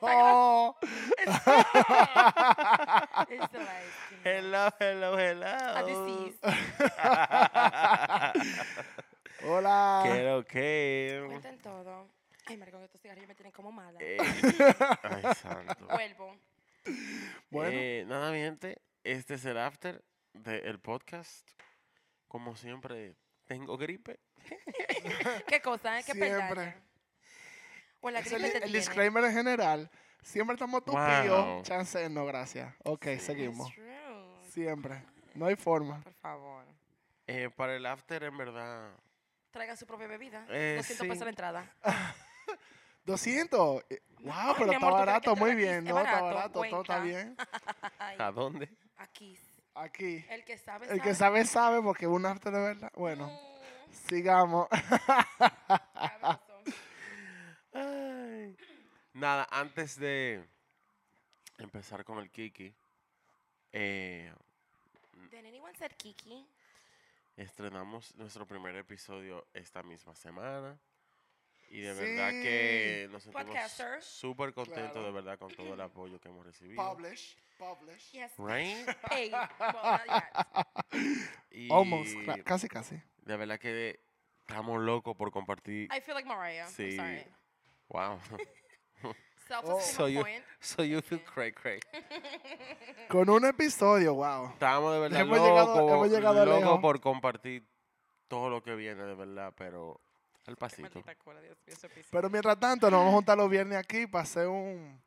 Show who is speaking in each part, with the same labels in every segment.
Speaker 1: Oh.
Speaker 2: It's like, you know,
Speaker 3: Hello, hello, hello.
Speaker 2: a disease.
Speaker 1: Hola.
Speaker 3: Quiero que.
Speaker 2: Cuenten todo. Ay, maricón, estos cigarrillos me tienen como mala.
Speaker 3: Eh, Ay, santo.
Speaker 2: Vuelvo.
Speaker 1: Bueno.
Speaker 3: Eh, nada, mi gente, este es el after del podcast. Como siempre, tengo gripe.
Speaker 2: ¿Qué cosa? eh? ¿Qué
Speaker 1: Siempre.
Speaker 2: peldaña? O la
Speaker 1: Ese es
Speaker 2: gripe
Speaker 1: el,
Speaker 2: te
Speaker 1: el
Speaker 2: tiene.
Speaker 1: disclaimer en general. Siempre estamos tupidos.
Speaker 3: Wow.
Speaker 1: Chance no, gracias. Ok,
Speaker 2: Sí,
Speaker 1: seguimos.
Speaker 2: that's true.
Speaker 1: Siempre. No hay forma.
Speaker 2: Por favor.
Speaker 3: Eh, para el after, en verdad.
Speaker 2: Traiga su propia bebida.
Speaker 3: Eh,
Speaker 2: 200 pesos
Speaker 3: sí.
Speaker 2: la entrada.
Speaker 1: 200. Eh, Wow,
Speaker 2: Ay,
Speaker 1: pero
Speaker 2: mi amor, ¿tú
Speaker 1: está
Speaker 2: crees que
Speaker 1: barato, muy
Speaker 2: aquí
Speaker 1: bien.
Speaker 2: es
Speaker 1: No, está
Speaker 2: barato?
Speaker 1: barato, todo está
Speaker 2: Cuenca.
Speaker 1: bien.
Speaker 2: Ay,
Speaker 3: ¿A dónde?
Speaker 2: aquí.
Speaker 1: Aquí.
Speaker 2: El que sabe,
Speaker 1: El que sabe, sabe, porque un after de verdad. Bueno,
Speaker 2: Mm,
Speaker 1: sigamos.
Speaker 2: sabroso.
Speaker 3: Ay. Nada, antes de empezar con el Kiki, eh,
Speaker 2: Did anyone said Kiki?
Speaker 3: estrenamos nuestro primer episodio esta misma semana. Y de verdad que nos
Speaker 2: Podcaster.
Speaker 3: sentimos súper contentos,
Speaker 1: Claro.
Speaker 3: de verdad, con todo el apoyo que hemos recibido.
Speaker 1: Publish. Publish.
Speaker 2: Yes.
Speaker 3: Right?
Speaker 2: Hey. Well, not yet.
Speaker 3: Y
Speaker 1: Almost. cla- Casi, casi.
Speaker 2: Mm.
Speaker 3: de verdad que estamos locos por compartir.
Speaker 2: I feel like Mariah. I'm
Speaker 3: Sí.
Speaker 2: sorry.
Speaker 3: Wow.
Speaker 2: Self-esteem
Speaker 3: So you-
Speaker 2: point.
Speaker 3: so you feel cray cray.
Speaker 1: Con un episodio, wow.
Speaker 3: Estábamos de verdad
Speaker 1: Hemos
Speaker 3: locos,
Speaker 1: llegado- hemos llegado
Speaker 3: locos
Speaker 1: lejos.
Speaker 3: por compartir todo lo que viene, de verdad, pero al pasito.
Speaker 2: Maldita cola, Dios mío, ese piso.
Speaker 1: Pero mientras tanto, nos vamos a juntar los viernes aquí para hacer un,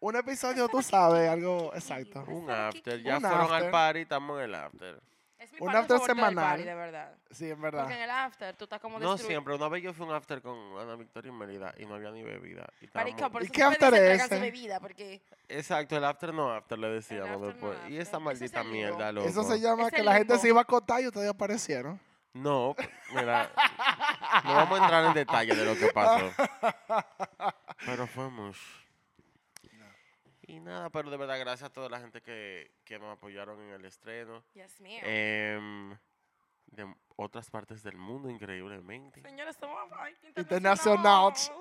Speaker 1: un episodio, tú sabes, algo exacto.
Speaker 2: Pero
Speaker 3: Un
Speaker 2: qué
Speaker 3: after.
Speaker 2: cute.
Speaker 3: Ya
Speaker 1: Un
Speaker 3: fueron al
Speaker 1: after.
Speaker 3: party, estamos en el after.
Speaker 2: Es mi
Speaker 1: un
Speaker 2: parte
Speaker 1: after
Speaker 2: favorita del
Speaker 1: semanal.
Speaker 2: party, de verdad.
Speaker 1: Sí, es
Speaker 2: Porque en
Speaker 1: verdad.
Speaker 2: el after tú estás como
Speaker 3: No
Speaker 2: destruido.
Speaker 3: siempre. Una vez yo fui a un after con Ana Victoria y Mérida y no había ni bebida. y
Speaker 2: Marico,
Speaker 3: estábamos-
Speaker 2: por
Speaker 1: ¿Y
Speaker 2: eso
Speaker 1: qué
Speaker 2: tú me
Speaker 1: after
Speaker 2: dices,
Speaker 1: es
Speaker 2: traigan su
Speaker 1: ese?
Speaker 2: bebida, porque
Speaker 3: Exacto, el after no after, le decíamos
Speaker 2: after no
Speaker 3: después. y
Speaker 2: after. Eso
Speaker 3: esta
Speaker 2: es
Speaker 3: maldita
Speaker 2: el limbo.
Speaker 3: mierda, loco.
Speaker 1: Eso se llama
Speaker 2: Es
Speaker 1: que
Speaker 2: el
Speaker 1: la gente
Speaker 2: limbo.
Speaker 1: se iba a acotar y ustedes aparecieron.
Speaker 3: No, mira, no vamos a entrar en detalle de lo que pasó. Pero fuimos. Y nada, pero de verdad, gracias a toda la gente que, que nos apoyaron en el estreno.
Speaker 2: Dios mío.
Speaker 3: Em, de otras partes del mundo, increíblemente.
Speaker 2: Señores, somos ay,
Speaker 1: Internacionales.
Speaker 2: internacionales.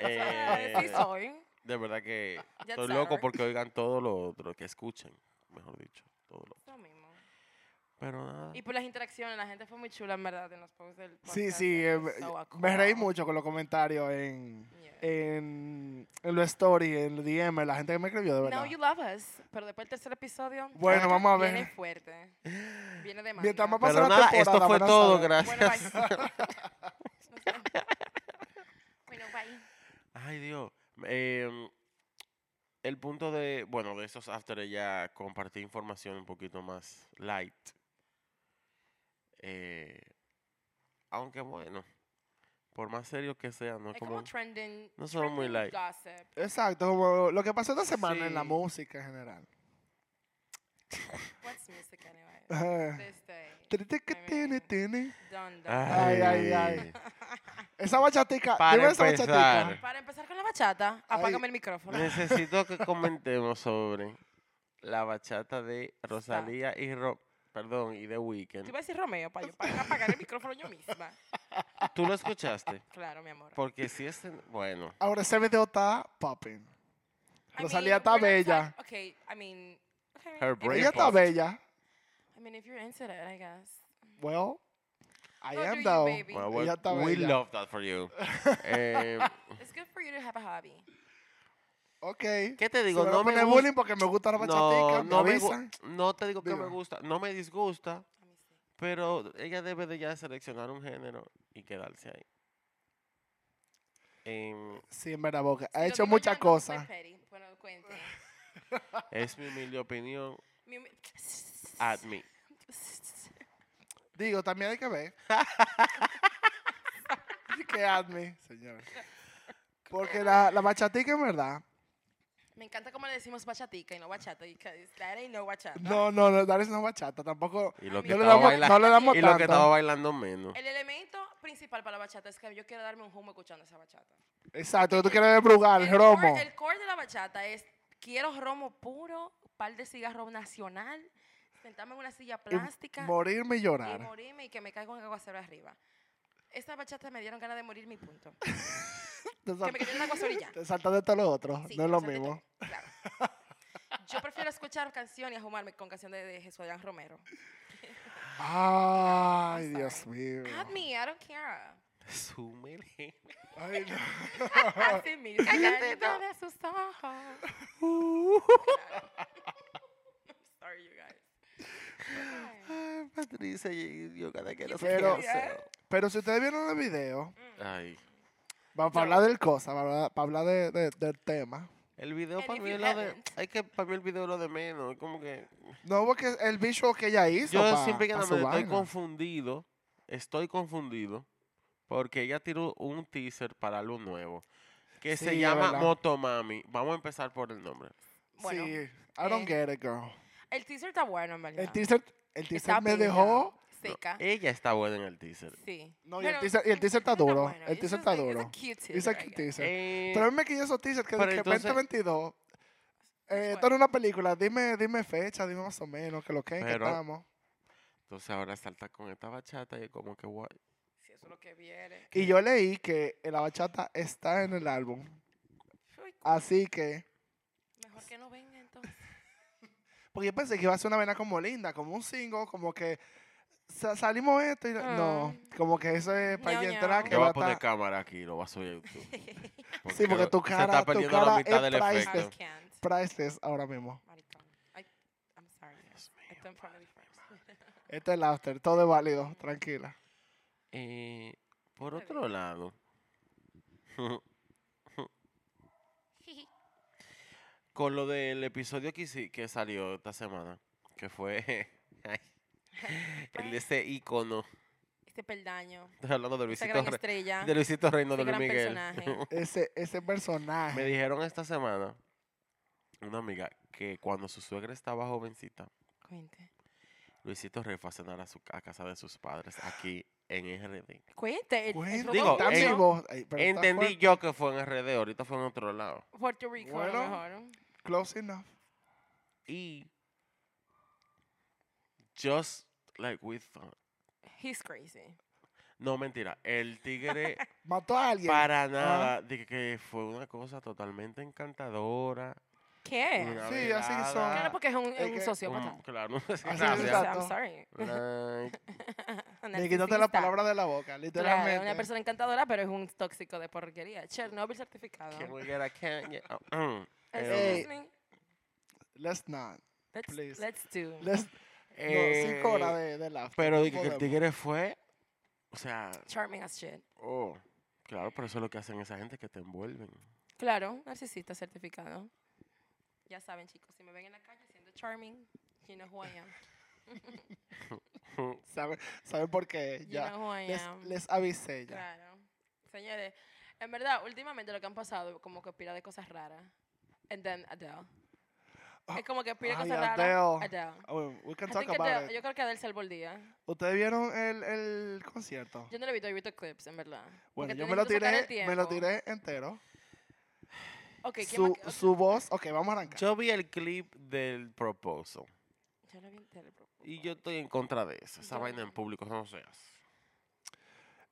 Speaker 3: Eh,
Speaker 2: Sí soy.
Speaker 3: De verdad que
Speaker 2: Ya
Speaker 3: estoy
Speaker 2: sabes.
Speaker 3: loco porque oigan todo lo otro, que escuchen, mejor dicho. Todo lo,
Speaker 2: Lo mismo.
Speaker 3: pero nada.
Speaker 2: Y por las interacciones, la gente fue muy chula, en verdad, en los posts del podcast.
Speaker 1: Sí, sí, eh,
Speaker 2: It
Speaker 1: me,
Speaker 2: was so cool.
Speaker 1: me reí mucho Eh, con los comentarios en,
Speaker 2: Yeah.
Speaker 1: en, en los stories, en los DM, la gente que me escribió, de verdad.
Speaker 2: Now you love us. Pero después del tercer episodio.
Speaker 1: Bueno, vamos a ver.
Speaker 2: Viene fuerte. Viene de
Speaker 1: Mientras
Speaker 2: manga.
Speaker 1: más pasa
Speaker 3: Pero
Speaker 1: la
Speaker 3: nada, esto
Speaker 1: temporada,
Speaker 3: fue
Speaker 1: van a
Speaker 3: todo,
Speaker 1: saber.
Speaker 2: Bueno,
Speaker 3: gracias.
Speaker 2: bye. bueno, bye.
Speaker 3: Ay, Dios. Em, el punto de, bueno, de esos after eh, ya compartí información un poquito más light. Eh, aunque bueno, por más serio que sea, no es
Speaker 2: Es
Speaker 3: como...
Speaker 2: como trending.
Speaker 3: no somos muy
Speaker 2: trending
Speaker 3: light.
Speaker 2: Gossip.
Speaker 1: Exacto, como lo que pasó esta semana en la
Speaker 3: Sí.
Speaker 1: música en general.
Speaker 2: What's music anyway?
Speaker 1: Ajá.
Speaker 2: This day.
Speaker 1: Tene, tene.
Speaker 2: Dun, dun.
Speaker 1: Ay, ay, ay. Esa bachatica,
Speaker 3: Para
Speaker 1: dime esa
Speaker 3: empezar.
Speaker 1: bachatica.
Speaker 2: Para empezar con la bachata,
Speaker 1: Ay.
Speaker 2: apágame el micrófono.
Speaker 3: Necesito que comentemos sobre la bachata de Rosalía y Ro... Perdón, y de
Speaker 2: Te
Speaker 3: Weekend.
Speaker 2: iba a decir Romeo para yo para apagar el micrófono yo misma.
Speaker 3: ¿Tú lo escuchaste?
Speaker 2: Claro, mi amor.
Speaker 3: Porque si es... en- Bueno.
Speaker 1: Ahora ese video está popping.
Speaker 2: I mean,
Speaker 1: Rosalía está
Speaker 2: we're not
Speaker 1: bella.
Speaker 2: talk- Okay, I mean. okay,
Speaker 3: Her
Speaker 2: if you're-
Speaker 3: brain
Speaker 1: Ella está
Speaker 3: popped.
Speaker 1: bella.
Speaker 2: I mean, if you're into it, I guess.
Speaker 1: Well, I
Speaker 2: Go do
Speaker 1: am
Speaker 2: you,
Speaker 1: though.
Speaker 2: baby.
Speaker 3: Well,
Speaker 1: Ella está
Speaker 3: we
Speaker 1: bella.
Speaker 3: love that for you. Em,
Speaker 2: It's good for you to have a hobby.
Speaker 1: Ok.
Speaker 3: ¿Qué te digo?
Speaker 1: Si me
Speaker 3: no me
Speaker 1: van a poner
Speaker 3: gusta.
Speaker 1: bullying porque me gusta la
Speaker 3: No,
Speaker 1: bachatica. me
Speaker 3: no, me gu-
Speaker 1: avisan.
Speaker 3: no te digo que me
Speaker 1: Dime.
Speaker 3: gusta, no me disgusta,
Speaker 2: Let me see.
Speaker 3: pero ella debe de ya seleccionar un género y quedarse ahí. Em,
Speaker 1: Sí, en verdad, porque ha
Speaker 2: Yo
Speaker 1: hecho
Speaker 2: digo, ya
Speaker 1: muchas
Speaker 2: no, soy
Speaker 1: cosas.
Speaker 2: petty, Bueno, cuente.
Speaker 3: es mi humilde opinión,
Speaker 2: Mi- mi-
Speaker 3: admit.
Speaker 1: Digo, también hay que ver. Así que admi, señor. Porque la, la bachatica, en verdad.
Speaker 2: Me encanta cómo le decimos bachatica y no bachata, because that ain't no bachata.
Speaker 1: No, no, no, Darius no es bachata. Tampoco.
Speaker 3: Y lo
Speaker 2: A mí
Speaker 3: que
Speaker 1: No le
Speaker 3: estaba
Speaker 1: damos,
Speaker 3: bailando,
Speaker 1: no le damos
Speaker 3: y lo que
Speaker 1: tanto.
Speaker 3: estaba bailando menos.
Speaker 2: El elemento principal principal para la bachata es que yo quiero darme un humo escuchando esa bachata.
Speaker 1: Exacto, tú quieres embrugar el
Speaker 2: core-
Speaker 1: romo.
Speaker 2: el core de la bachata es quiero romo puro, par de cigarro nacional, sentarme en una silla
Speaker 1: y
Speaker 2: plástica y,
Speaker 1: morirme y llorar.
Speaker 2: morirme y que me caiga un aguacero arriba. Esa bachata me dieron ganas de morir mi punto.
Speaker 1: Te,
Speaker 2: que me cayó un aguacero y ya.
Speaker 1: te saltas de todo lo otro.
Speaker 2: Sí,
Speaker 1: no es lo
Speaker 2: salté
Speaker 1: mismo.
Speaker 2: todo, claro. Yo prefiero escuchar canciones y ahumarme con canciones de, de Jesús Adrián Romero.
Speaker 1: Ay,
Speaker 2: I'm
Speaker 1: Dios
Speaker 2: sorry.
Speaker 1: mío.
Speaker 2: At me, I don't care.
Speaker 3: Súmele.
Speaker 1: Ay, no.
Speaker 2: Así mismo. Calladito de sus ojos. Claro. I'm sorry, you guys. Ay.
Speaker 3: Ay, Patricia, yo cada que no sé qué
Speaker 1: Pero- eh,
Speaker 3: hacer.
Speaker 1: Pero si ustedes vieron el
Speaker 2: Mm.
Speaker 1: video,
Speaker 3: Ay.
Speaker 1: para hablar del cosa, para hablar de- de- del tema.
Speaker 3: El video
Speaker 2: And
Speaker 3: para
Speaker 2: if
Speaker 3: mí
Speaker 2: you
Speaker 3: es lo de.
Speaker 2: haven't.
Speaker 3: Hay que para mí el video es lo de menos. es Como que.
Speaker 1: No, porque el visual que ella hizo.
Speaker 3: Yo
Speaker 1: pa-
Speaker 3: siempre que
Speaker 1: pa
Speaker 3: me
Speaker 1: su
Speaker 3: estoy
Speaker 1: vaina.
Speaker 3: confundido. Estoy confundido. Porque ella tiró un teaser para algo nuevo. Que
Speaker 1: Sí,
Speaker 3: se
Speaker 1: es
Speaker 3: llama
Speaker 1: verdad.
Speaker 3: Motomami. Vamos a empezar por el nombre.
Speaker 2: Bueno,
Speaker 1: sí, I don't
Speaker 2: eh,
Speaker 1: get it, girl.
Speaker 2: el teaser está bueno, en verdad.
Speaker 1: El teaser, el teaser
Speaker 2: Está
Speaker 1: me
Speaker 2: pila,
Speaker 1: dejó. eh,
Speaker 2: Seca.
Speaker 3: Ella está buena en el teaser.
Speaker 2: sí.
Speaker 1: No, y el
Speaker 2: Pero
Speaker 1: teaser- y el teaser está
Speaker 2: bueno,
Speaker 1: duro,
Speaker 2: bueno,
Speaker 1: el
Speaker 2: it's just
Speaker 1: teaser está
Speaker 2: like- it's a
Speaker 1: duro.
Speaker 2: cute teaser,
Speaker 1: Dice
Speaker 2: I
Speaker 1: que
Speaker 2: guess.
Speaker 1: teaser.
Speaker 3: Eh,
Speaker 1: Pero a mí me quilló esos teasers que de
Speaker 3: pero
Speaker 1: repente
Speaker 3: entonces-
Speaker 1: 22. Eh,
Speaker 2: Which
Speaker 1: esto era una película. Dime, dime fecha, dime más o menos que lo que es que
Speaker 3: Pero-
Speaker 1: estamos.
Speaker 3: entonces ahora salta con esta bachata y es como que guay.
Speaker 2: Sí, eso es lo que viene.
Speaker 1: Y yo leí que la bachata está en el álbum.
Speaker 2: Uy,
Speaker 1: Así que.
Speaker 2: Mejor que no venga entonces.
Speaker 1: Porque yo pensé que iba a ser una vena como linda, como un single, como que. sa- salimos esto y. no- No, como que eso es para
Speaker 2: Ah. Ñau,
Speaker 1: ella
Speaker 2: ñau.
Speaker 1: entrar.
Speaker 3: Yo
Speaker 1: Que
Speaker 3: voy
Speaker 1: va
Speaker 3: a poner
Speaker 1: a estar.
Speaker 3: cámara aquí y lo voy a subir a YouTube.
Speaker 1: Sí, porque tu
Speaker 3: se
Speaker 1: cara-
Speaker 3: está
Speaker 1: tu
Speaker 3: perdiendo
Speaker 1: cara
Speaker 3: la
Speaker 1: es
Speaker 3: mitad del
Speaker 1: priceless.
Speaker 2: I
Speaker 3: efecto.
Speaker 2: can't.
Speaker 1: Priceless ahora mismo.
Speaker 2: Maricón. I, I'm sorry. guys. Esto en front of you first.
Speaker 1: Este es el after, todo es válido, tranquila.
Speaker 3: Eh, por
Speaker 2: Está
Speaker 3: otro
Speaker 2: bien.
Speaker 3: lado,
Speaker 2: Jiji.
Speaker 3: con lo del episodio que, hici- que salió esta semana, que fue ay, el de ese ícono,
Speaker 2: este peldaño.
Speaker 3: estoy hablando de
Speaker 2: Esta
Speaker 3: Luisito,
Speaker 2: gran
Speaker 3: Re-
Speaker 2: estrella.
Speaker 3: de Luisito Reino
Speaker 2: Ese
Speaker 3: de Luis
Speaker 2: gran
Speaker 3: Miguel.
Speaker 2: personaje.
Speaker 1: Ese, ese personaje.
Speaker 3: Me dijeron esta semana, una amiga, que cuando su suegra estaba jovencita,
Speaker 2: Cuente.
Speaker 3: Luisito Rey fue a cenar a, su, ca- a casa de sus padres aquí en RD.
Speaker 2: Cuente. el- el
Speaker 1: Cuenta,
Speaker 3: Digo,
Speaker 2: robot
Speaker 1: está
Speaker 3: en-
Speaker 2: ruso,
Speaker 1: vivo. Ey, pero está
Speaker 3: Entendí
Speaker 1: fuerte.
Speaker 3: yo que fue en RD, ahorita fue en otro lado.
Speaker 2: Puerto Rico, a lo
Speaker 1: Bueno.
Speaker 2: mejor.
Speaker 1: Close enough.
Speaker 3: Y just like we thought.
Speaker 2: He's crazy.
Speaker 3: No, mentira. El tigre
Speaker 1: Mató a alguien.
Speaker 3: para nada. Dije que fue una cosa totalmente encantadora.
Speaker 2: ¿Qué?
Speaker 3: una
Speaker 1: Eh. Sí, así son.
Speaker 3: velada,
Speaker 2: Claro, porque es un, es
Speaker 1: Es
Speaker 2: un
Speaker 1: que-
Speaker 2: sociópata.
Speaker 3: un- Claro, sí,
Speaker 1: Así
Speaker 2: Sí, o
Speaker 1: es,
Speaker 3: gracias.
Speaker 2: sea,
Speaker 1: exacto.
Speaker 2: I'm sorry.
Speaker 3: Like,
Speaker 1: Le quitaste la
Speaker 2: Narcisista.
Speaker 1: palabra de la boca,
Speaker 2: Claro,
Speaker 1: literalmente.
Speaker 2: es una persona encantadora, pero es un tóxico de porquería. Chernobyl certificado.
Speaker 3: can we get a can- yeah, uh, mm.
Speaker 1: Ey.
Speaker 2: Excuse me.
Speaker 1: Let's not.
Speaker 2: Let's,
Speaker 1: please.
Speaker 2: let's do.
Speaker 1: Let's, no,
Speaker 3: Eh,
Speaker 1: cinco horas de, de laughter,
Speaker 3: Pero
Speaker 1: no
Speaker 3: dije que el
Speaker 1: podemos.
Speaker 3: tigre fue. O sea,
Speaker 2: Charming as shit.
Speaker 3: oh, claro, pero eso es lo que hacen esa gente que te envuelven.
Speaker 2: Claro, narcisista certificado. Ya saben, chicos, si me ven en la calle siendo charming, you know who I am.
Speaker 1: ¿Saben saben por qué?
Speaker 2: You
Speaker 1: Ya.
Speaker 2: know who I
Speaker 1: Les,
Speaker 2: am.
Speaker 1: les avisé ya.
Speaker 2: Claro. Señores, en verdad, últimamente lo que han pasado como que pila de cosas raras. And then Adele.
Speaker 1: Ah,
Speaker 2: es como que pila de
Speaker 1: ay,
Speaker 2: cosas raras.
Speaker 1: Adele.
Speaker 2: Adele.
Speaker 1: Oh, well, we can
Speaker 2: I
Speaker 1: talk
Speaker 2: think
Speaker 1: about
Speaker 2: Adele-
Speaker 1: it.
Speaker 2: Yo creo que Adele salvó el día.
Speaker 1: ¿Ustedes vieron el, el concierto?
Speaker 2: Yo no lo he visto, yo he visto clips, en verdad. Porque
Speaker 1: Bueno, yo
Speaker 2: tienen
Speaker 1: me lo
Speaker 2: que sacar el
Speaker 1: tiré, me lo
Speaker 2: tiempo.
Speaker 1: tiré entero.
Speaker 2: Ok, ¿quién más
Speaker 1: su,
Speaker 2: que-
Speaker 1: su voz, ok, vamos a arrancar.
Speaker 3: Yo vi el clip del proposal.
Speaker 2: Yo lo vi entero, pero-
Speaker 3: Y yo estoy en contra de eso. Esa
Speaker 2: Yo-
Speaker 3: vaina en público no se hace.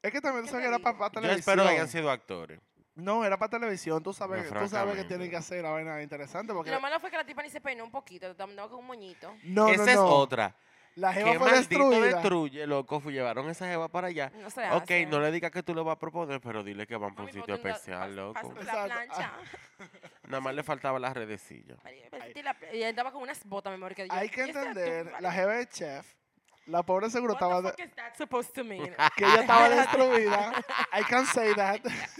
Speaker 1: es que también tú
Speaker 2: ¿Qué
Speaker 1: sabes
Speaker 2: te
Speaker 1: que era para
Speaker 2: digo?
Speaker 3: Yo
Speaker 1: televisión.
Speaker 3: espero que hayan sido actores.
Speaker 1: No, era para televisión. Tú sabes,
Speaker 3: No,
Speaker 1: tú sabes que
Speaker 3: francamente.
Speaker 1: tienen que hacer la vaina interesante. Porque
Speaker 2: Lo malo fue que la tipa ni se peinó un poquito, te andaba con un moñito.
Speaker 1: no,
Speaker 3: Esa
Speaker 1: no,
Speaker 3: es
Speaker 1: no.
Speaker 3: otra.
Speaker 1: La
Speaker 3: Qué
Speaker 1: jeva fue
Speaker 3: maldito
Speaker 1: destruida.
Speaker 3: destruye, loco. Fue, llevaron esa jeva para allá.
Speaker 2: No se
Speaker 3: ok,
Speaker 2: hace.
Speaker 3: no le digas que tú le vas a proponer, pero dile que van por
Speaker 2: Mami,
Speaker 3: un sitio
Speaker 2: ponte la-
Speaker 3: especial,
Speaker 2: pas-
Speaker 3: loco.
Speaker 2: pásate
Speaker 1: Exacto. Ah.
Speaker 2: la plancha.
Speaker 3: Nada más le faltaba las redecillas.
Speaker 2: María, pásate la pla- Y él andaba con unas botas, mi amor. Que yo-
Speaker 1: Hay que
Speaker 2: ¿y esta tú,
Speaker 1: entender,
Speaker 2: vale?
Speaker 1: la jeva de chef, la pobre seguro
Speaker 2: What
Speaker 1: estaba,
Speaker 2: the
Speaker 1: de-
Speaker 2: fuck is that supposed to mean?
Speaker 1: que ella estaba destruida. I can say that.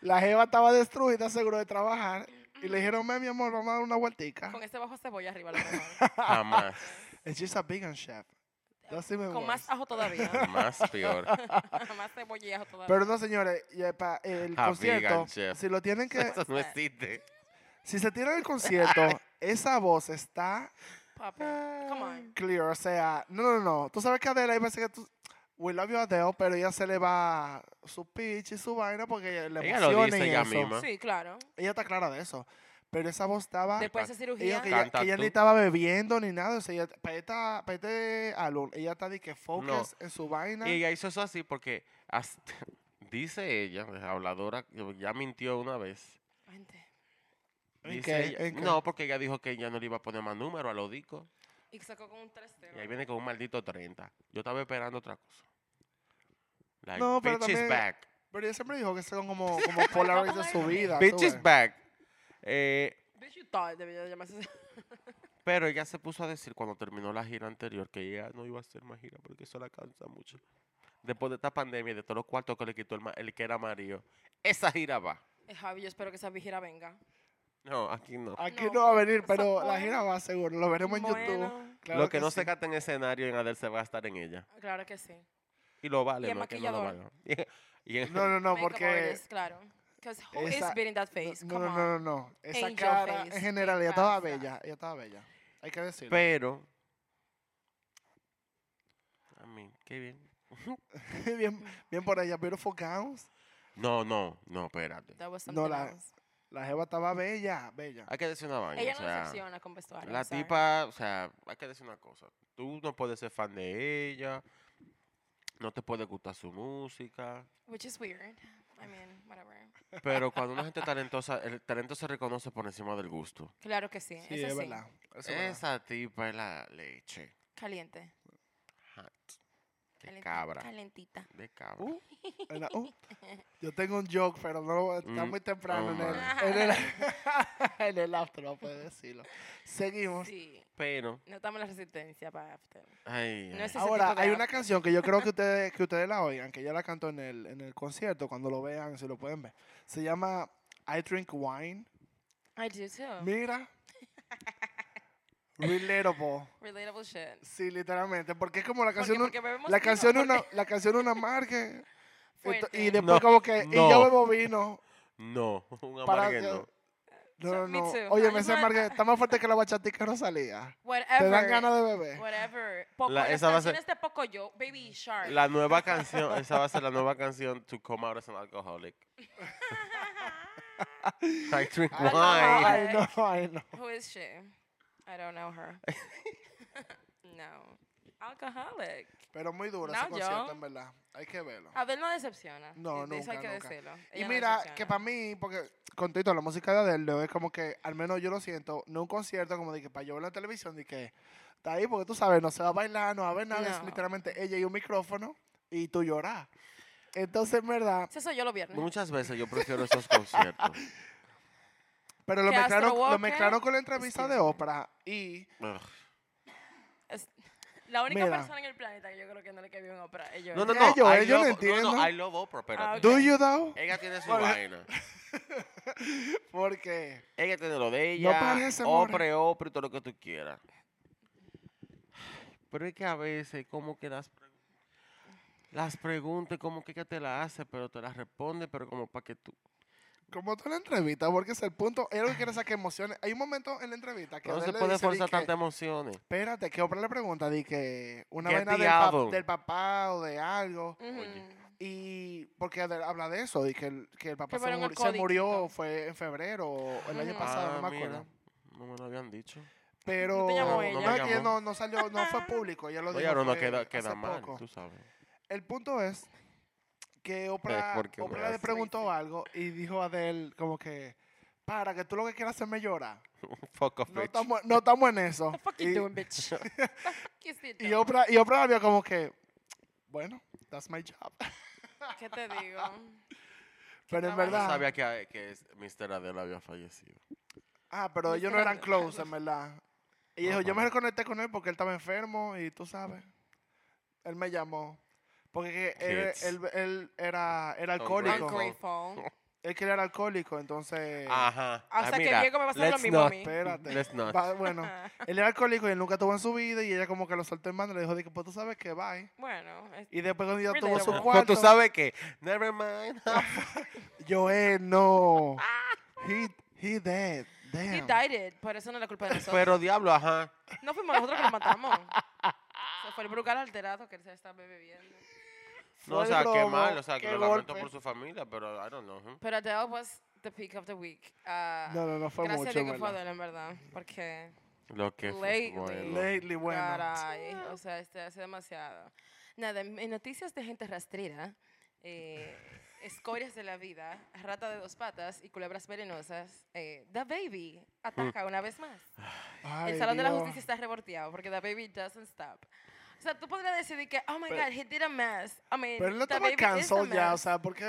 Speaker 1: La jeva estaba destruida, seguro de trabajar. Y le dijeron, "Me, mi amor, vamos a dar una vueltica.
Speaker 2: Con ese bajo cebolla arriba, a lo mejor.
Speaker 3: Jamás.
Speaker 1: And she's a vegan chef. That's even
Speaker 2: Con más
Speaker 1: worse.
Speaker 2: ajo todavía.
Speaker 3: Más peor.
Speaker 2: más cebolla y ajo todavía.
Speaker 1: Pero no, señores, y, epa, el
Speaker 3: A
Speaker 1: concierto,
Speaker 3: vegan chef.
Speaker 1: si lo tienen que,
Speaker 3: Eso no existe.
Speaker 1: si se tiran el concierto, esa voz está
Speaker 2: Papi, come on.
Speaker 1: eh, clear, o sea, no, no, no. Tú sabes que Adele, ahí parece que tú, We Love You Adele, pero ella se le va su pitch y su vaina porque le
Speaker 3: Ella lo
Speaker 1: emociona
Speaker 3: dice
Speaker 1: y
Speaker 3: ella
Speaker 1: eso.
Speaker 3: misma.
Speaker 2: Sí, claro.
Speaker 1: Ella está clara de eso. Pero esa voz estaba...
Speaker 2: Después de esa
Speaker 1: Ella,
Speaker 2: cirugía.
Speaker 1: que ella,
Speaker 3: Canta
Speaker 1: que ella ni
Speaker 3: tú.
Speaker 1: estaba bebiendo ni nada. O sea, ella- para, esta- para este álbum, ella está de que focus en su vaina.
Speaker 3: Y ella hizo eso así porque hasta- dice ella, la habladora, ya mintió una vez.
Speaker 2: Gente.
Speaker 1: ¿En
Speaker 3: Dice
Speaker 1: qué?
Speaker 3: ella-
Speaker 1: ¿En qué?
Speaker 3: no, porque ella dijo que ella no le iba a poner más número a los discos.
Speaker 2: Y sacó con un 3
Speaker 3: Y ahí viene con un maldito 30. Yo estaba esperando otra cosa. Like,
Speaker 1: No, pero
Speaker 3: bitch is
Speaker 1: también-
Speaker 3: back.
Speaker 1: Pero ella siempre dijo que son como, como Polaroids de su vida. Ah, tú
Speaker 3: Bitch is
Speaker 1: ves.
Speaker 3: back. Eh,
Speaker 2: Bitch, you thought debería llamarse así.
Speaker 3: pero ella se puso a decir cuando terminó la gira anterior que ella no iba a hacer más gira porque eso la cansa mucho. Después de esta pandemia y de todos los cuartos que le quitó el, ma- el que era Mario, esa gira va.
Speaker 2: Eh, Javi, yo espero que esa vigera venga.
Speaker 3: No, aquí no.
Speaker 1: Aquí
Speaker 2: No,
Speaker 1: no, va a
Speaker 2: pero
Speaker 1: venir,
Speaker 2: esa
Speaker 1: pero la
Speaker 2: buena.
Speaker 1: gira va seguro. Lo veremos en YouTube.
Speaker 2: Bueno,
Speaker 1: Claro
Speaker 3: lo que, no
Speaker 1: sí.
Speaker 3: se gasta en escenario en Adel se va a estar en ella.
Speaker 2: Claro que sí.
Speaker 3: Y lo vale,
Speaker 2: Y el
Speaker 3: no es que no lo
Speaker 2: maquillador.
Speaker 3: valga. Y- y-
Speaker 1: No, no, no,
Speaker 2: Makeup
Speaker 1: porque...
Speaker 2: artist, claro. Because who
Speaker 1: esa-
Speaker 2: is beating that face?
Speaker 1: No,
Speaker 2: Come
Speaker 1: no,
Speaker 2: on.
Speaker 1: no, no, no. Esa
Speaker 2: Angel
Speaker 1: cara
Speaker 2: face,
Speaker 1: en general, ella
Speaker 2: ¿qué pasa?
Speaker 1: estaba bella. Ella estaba bella. Hay que decirlo.
Speaker 3: pero. A mí, qué bien.
Speaker 2: Mm.
Speaker 1: bien, bien por ella. Beautiful gowns.
Speaker 3: No, no, no, espérate.
Speaker 2: That was
Speaker 1: No,
Speaker 2: something
Speaker 1: la-
Speaker 2: else.
Speaker 1: La jeva estaba bella, bella.
Speaker 3: Hay que decir una vaina.
Speaker 2: Ella
Speaker 3: o
Speaker 2: no
Speaker 3: sea,
Speaker 2: decepciona con vestuario.
Speaker 3: La
Speaker 2: I'm sorry.
Speaker 3: tipa, o sea, hay que decir una cosa. Tú no puedes ser fan de ella. No te puede gustar su música.
Speaker 2: Which is weird. I mean, whatever.
Speaker 3: Pero cuando una gente talentosa, el talento se reconoce por encima del gusto.
Speaker 2: Claro que sí.
Speaker 1: Sí,
Speaker 2: eso
Speaker 1: es
Speaker 2: sí.
Speaker 1: verdad. Eso es verdad.
Speaker 3: Esa tipa es la leche.
Speaker 2: Caliente.
Speaker 3: Hot. De
Speaker 2: Calenti-
Speaker 3: cabra.
Speaker 2: Calentita.
Speaker 3: De cabra.
Speaker 1: Uh, en la- uh. Yo tengo un joke, pero no lo- está
Speaker 3: Mm,
Speaker 1: muy temprano
Speaker 3: oh
Speaker 1: en, el,
Speaker 2: my.
Speaker 1: en, el, en el after, no puedo decirlo. Seguimos.
Speaker 2: Sí.
Speaker 3: Pero,
Speaker 2: No estamos en la resistencia para after.
Speaker 3: ay,
Speaker 2: No
Speaker 3: ay,
Speaker 2: es ese
Speaker 1: Ahora,
Speaker 2: tipo de
Speaker 1: hay una
Speaker 2: after.
Speaker 1: canción que yo creo que ustedes, que ustedes la oigan, que ella la cantó en el, en el concierto, cuando lo vean, si lo pueden ver. Se llama I Drink Wine.
Speaker 2: I do too.
Speaker 1: Mira. Relatable.
Speaker 2: Relatable shit.
Speaker 1: Sí, literalmente, porque es como la
Speaker 2: Porque,
Speaker 1: canción...
Speaker 2: porque bebemos
Speaker 1: La
Speaker 2: vino,
Speaker 1: canción, es
Speaker 2: porque-
Speaker 1: una, la canción es una marca. Ento-
Speaker 2: Fuerte.
Speaker 1: Y después
Speaker 3: No,
Speaker 1: como que... Y yo
Speaker 3: no.
Speaker 1: bebo vino.
Speaker 3: no, un
Speaker 1: Para
Speaker 3: amargue
Speaker 1: que-
Speaker 3: no.
Speaker 1: No, no,
Speaker 2: So, me
Speaker 1: no.
Speaker 2: too. Ah,
Speaker 1: Oye,
Speaker 2: Ay,
Speaker 1: esa
Speaker 2: bueno.
Speaker 1: marca está más fuerte que la bachatica Rosalía.
Speaker 2: Whatever.
Speaker 1: Te dan ganas de beber.
Speaker 2: Whatever. Poco,
Speaker 3: La-
Speaker 2: las
Speaker 3: esa va a ser- Mm.
Speaker 2: canciones de Poco Yo, Baby Shark.
Speaker 3: La nueva canción, esa va a ser la nueva canción, To Come Out as an Alcoholic. I drink
Speaker 2: Ay, no,
Speaker 3: wine.
Speaker 1: Ay, no, ay, no.
Speaker 2: Who is she? I don't know her. no. Alcoholic.
Speaker 1: Pero muy duro
Speaker 2: No,
Speaker 1: ese concierto,
Speaker 2: yo.
Speaker 1: en verdad. Hay que verlo.
Speaker 2: Abel no decepciona.
Speaker 1: No,
Speaker 2: De- de Eso hay
Speaker 1: nunca,
Speaker 2: que
Speaker 1: nunca.
Speaker 2: decirlo.
Speaker 1: Y
Speaker 2: Ella no
Speaker 1: mira, que
Speaker 2: decepciona.
Speaker 1: para mí, porque con todo y todo, la música de Adele es como que, al menos yo lo siento, no un concierto como de que para yo ver la televisión, de que está ahí, porque tú sabes, no se va a bailar, no va a ver nada, es
Speaker 2: No.
Speaker 1: literalmente ella y un micrófono y tú lloras. Entonces, en verdad,
Speaker 2: Eso soy yo los viernes.
Speaker 3: Pues Muchas veces yo prefiero esos conciertos.
Speaker 1: pero lo
Speaker 2: Que
Speaker 1: mezclaron,
Speaker 2: Astro
Speaker 1: lo
Speaker 2: Walker-
Speaker 1: mezclaron con la entrevista de
Speaker 2: Excuse me.
Speaker 1: Oprah y
Speaker 3: Ugh.
Speaker 2: Es- la única
Speaker 1: Mira.
Speaker 2: persona en el planeta que yo creo que no le cae bien a Oprah es yo.
Speaker 3: No, no, no.
Speaker 1: Ellos,
Speaker 3: I
Speaker 1: ellos no
Speaker 3: love,
Speaker 1: entienden.
Speaker 3: I love Oprah, pero
Speaker 2: Ah,
Speaker 1: Do
Speaker 2: Ok.
Speaker 1: You Though,
Speaker 3: ella tiene su
Speaker 1: Bueno.
Speaker 3: vaina.
Speaker 1: porque
Speaker 3: Ella tiene lo de ella.
Speaker 1: parece, amor.
Speaker 3: Oprah, Oprah y todo lo que tú quieras. Pero es que a veces como que las pregu- las preguntas como que ella te las hace, pero te las responde, pero como para que tú
Speaker 1: como toda la entrevista, porque es el punto, ella lo que quiere es sacar emociones. Hay un momento en la entrevista que
Speaker 3: no se
Speaker 1: Adele le
Speaker 3: puede
Speaker 1: dice de
Speaker 3: forzar
Speaker 1: que-
Speaker 3: tantas emociones.
Speaker 1: Espérate, que Oprah le pregunta de que una
Speaker 3: Get
Speaker 1: vaina
Speaker 3: the
Speaker 1: del, pap-
Speaker 3: album.
Speaker 1: del papá o de algo.
Speaker 2: Ujú.
Speaker 3: Oye.
Speaker 1: Y porque Adele habla de eso, y que el, que el papá
Speaker 2: Que
Speaker 1: se,
Speaker 2: fueron
Speaker 1: mur- se murió
Speaker 2: alcohólicos.
Speaker 1: fue en febrero o el año
Speaker 2: Ujú.
Speaker 1: pasado, no
Speaker 3: Ah,
Speaker 1: me
Speaker 3: mira,
Speaker 1: acuerdo.
Speaker 3: No me lo habían dicho.
Speaker 1: Pero
Speaker 2: No te llamó
Speaker 1: no,
Speaker 2: ella.
Speaker 1: es que
Speaker 3: llamó.
Speaker 1: no, no salió, no fue público, ella lo
Speaker 3: Oye,
Speaker 1: dijo
Speaker 3: ahora no
Speaker 1: fue
Speaker 3: queda,
Speaker 1: hace
Speaker 3: queda mal,
Speaker 1: poco.
Speaker 3: tú sabes.
Speaker 1: El punto es que Oprah,
Speaker 3: porque me
Speaker 1: Oprah le
Speaker 3: hace-
Speaker 1: preguntó algo y dijo a Adele como que, para, que tú lo que quieras hacerme llorar.
Speaker 3: Fuck off,
Speaker 1: No
Speaker 3: bitch.
Speaker 1: estamos, no estamos en eso.
Speaker 2: What the fuck
Speaker 1: Y-
Speaker 2: you doing, bitch? What the fuck is it
Speaker 1: Y
Speaker 2: doing?
Speaker 1: Oprah, y Oprah había como que, bueno, that's my job.
Speaker 2: ¿Qué te digo?
Speaker 1: Pero en
Speaker 2: trabajo.
Speaker 3: No
Speaker 1: verdad.
Speaker 3: sabía que, que es- Mr. Adele había fallecido.
Speaker 1: Ah, pero ellos no eran close, en verdad. Y
Speaker 3: Ah,
Speaker 1: dijo, yo me
Speaker 3: vale.
Speaker 1: reconecté con él porque él estaba enfermo y tú sabes. Él me llamó. Porque que él,
Speaker 3: Kids.
Speaker 1: él- él era, era
Speaker 3: Ungrateful.
Speaker 1: alcohólico.
Speaker 2: Ungrateful.
Speaker 1: Él quería era alcohólico, entonces...
Speaker 3: Ajá.
Speaker 2: O
Speaker 3: Ah,
Speaker 2: sea que
Speaker 3: mira,
Speaker 2: Diego me va a hacer lo
Speaker 3: let's
Speaker 2: mismo a
Speaker 3: not.
Speaker 2: mí.
Speaker 1: Espérate.
Speaker 3: Let's not.
Speaker 1: Va- bueno,
Speaker 2: Ah,
Speaker 1: él era alcohólico y él nunca tuvo en su vida y ella como que lo soltó en mano y le dijo, de que, pues tú sabes que bye.
Speaker 2: Bueno, es-
Speaker 1: Y después cuando ella tuvo
Speaker 2: Relatable.
Speaker 1: su
Speaker 3: Pues
Speaker 1: cuarto,
Speaker 3: tú sabes que, never mind.
Speaker 1: yo, eh, no. He, he dead. Damn.
Speaker 2: he died it, pero eso no es la culpa de nosotros.
Speaker 3: Pero diablo, ajá.
Speaker 2: No fuimos nosotros que lo matamos. Se fue el brutal alterado que él se está bebiendo.
Speaker 3: No,
Speaker 1: Fue
Speaker 3: o
Speaker 1: el
Speaker 3: sea, qué
Speaker 1: robo,
Speaker 3: mal, o sea, que
Speaker 1: qué
Speaker 3: lo lamento
Speaker 1: golpe.
Speaker 3: por su familia, pero I don't know. ujú.
Speaker 2: Pero Adele was the pick of the week. Ah,
Speaker 1: No, no, no fue
Speaker 2: gracias
Speaker 1: mucho,
Speaker 2: a
Speaker 1: en
Speaker 2: Dios que fue
Speaker 1: ¿verdad?
Speaker 2: Adele, en verdad. Porque,
Speaker 3: Lo que fue.
Speaker 2: Lately.
Speaker 3: Bueno.
Speaker 1: Lately, bueno.
Speaker 2: caray, o sea, este hace demasiado. Nada, en en noticias de gente rastrera, eh, escorias de la vida, rata de dos patas y culebras venenosas, eh, The Baby
Speaker 1: Mm.
Speaker 2: ataca una vez más.
Speaker 1: Ay,
Speaker 2: el Salón de la
Speaker 1: Dios.
Speaker 2: Justicia está revolteado porque The Baby doesn't stop. O sea, tú podrías decidir que, oh my
Speaker 1: Pero-
Speaker 2: God, he did a mess. I mean,
Speaker 1: Pero él no
Speaker 2: The
Speaker 1: estaba
Speaker 2: Baby is a
Speaker 1: cansado ya, o
Speaker 2: mess.
Speaker 1: sea, porque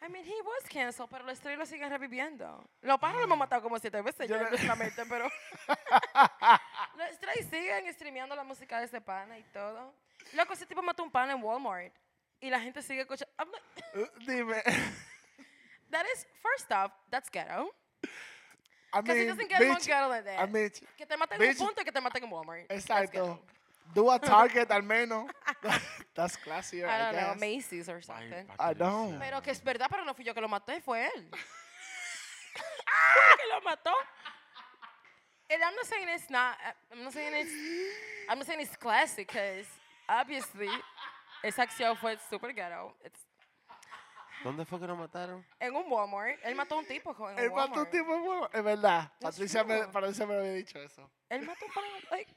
Speaker 2: I mean, he was canceled, pero los tres lo siguen reviviendo. Los pájaros lo hemos matado como siete veces,
Speaker 1: Yo
Speaker 2: yo
Speaker 1: le-
Speaker 2: personalmente, pero... los tres siguen streameando la música de ese pana y todo. Loco, ese tipo mató un pana en Walmart y la gente sigue escuchando... I'm like,
Speaker 1: Uh, dime,
Speaker 2: That is, first off, that's ghetto.
Speaker 1: I
Speaker 2: Because it
Speaker 1: mean,
Speaker 2: doesn't get more
Speaker 1: bitch,
Speaker 2: ghetto than that.
Speaker 1: I mean,
Speaker 2: que te maten
Speaker 1: bitch.
Speaker 2: en un punto y que te maten en Walmart. That's
Speaker 1: exacto.
Speaker 2: ghetto.
Speaker 1: Do a target al menos. That's classy, I,
Speaker 2: I don't know,
Speaker 1: guess.
Speaker 2: Macy's or
Speaker 3: Ay,
Speaker 2: something.
Speaker 3: pa' que lo
Speaker 1: know.
Speaker 3: sea.
Speaker 2: Pero que es verdad, pero no fui yo que lo maté, fue él. Fue que lo mató. And I'm not saying it's not, I'm not saying it's, I'm not saying it's classic, because obviously esa acción fue super ghetto. It's-
Speaker 3: ¿Dónde fue que lo mataron?
Speaker 2: en un Walmart, él mató a un tipo con
Speaker 1: El
Speaker 2: un Walmart.
Speaker 1: pato Eh, tipo es bueno, es verdad.
Speaker 2: That's
Speaker 1: Patricia me,
Speaker 2: true.
Speaker 1: Patricia me había dicho eso.
Speaker 2: Él mató para like,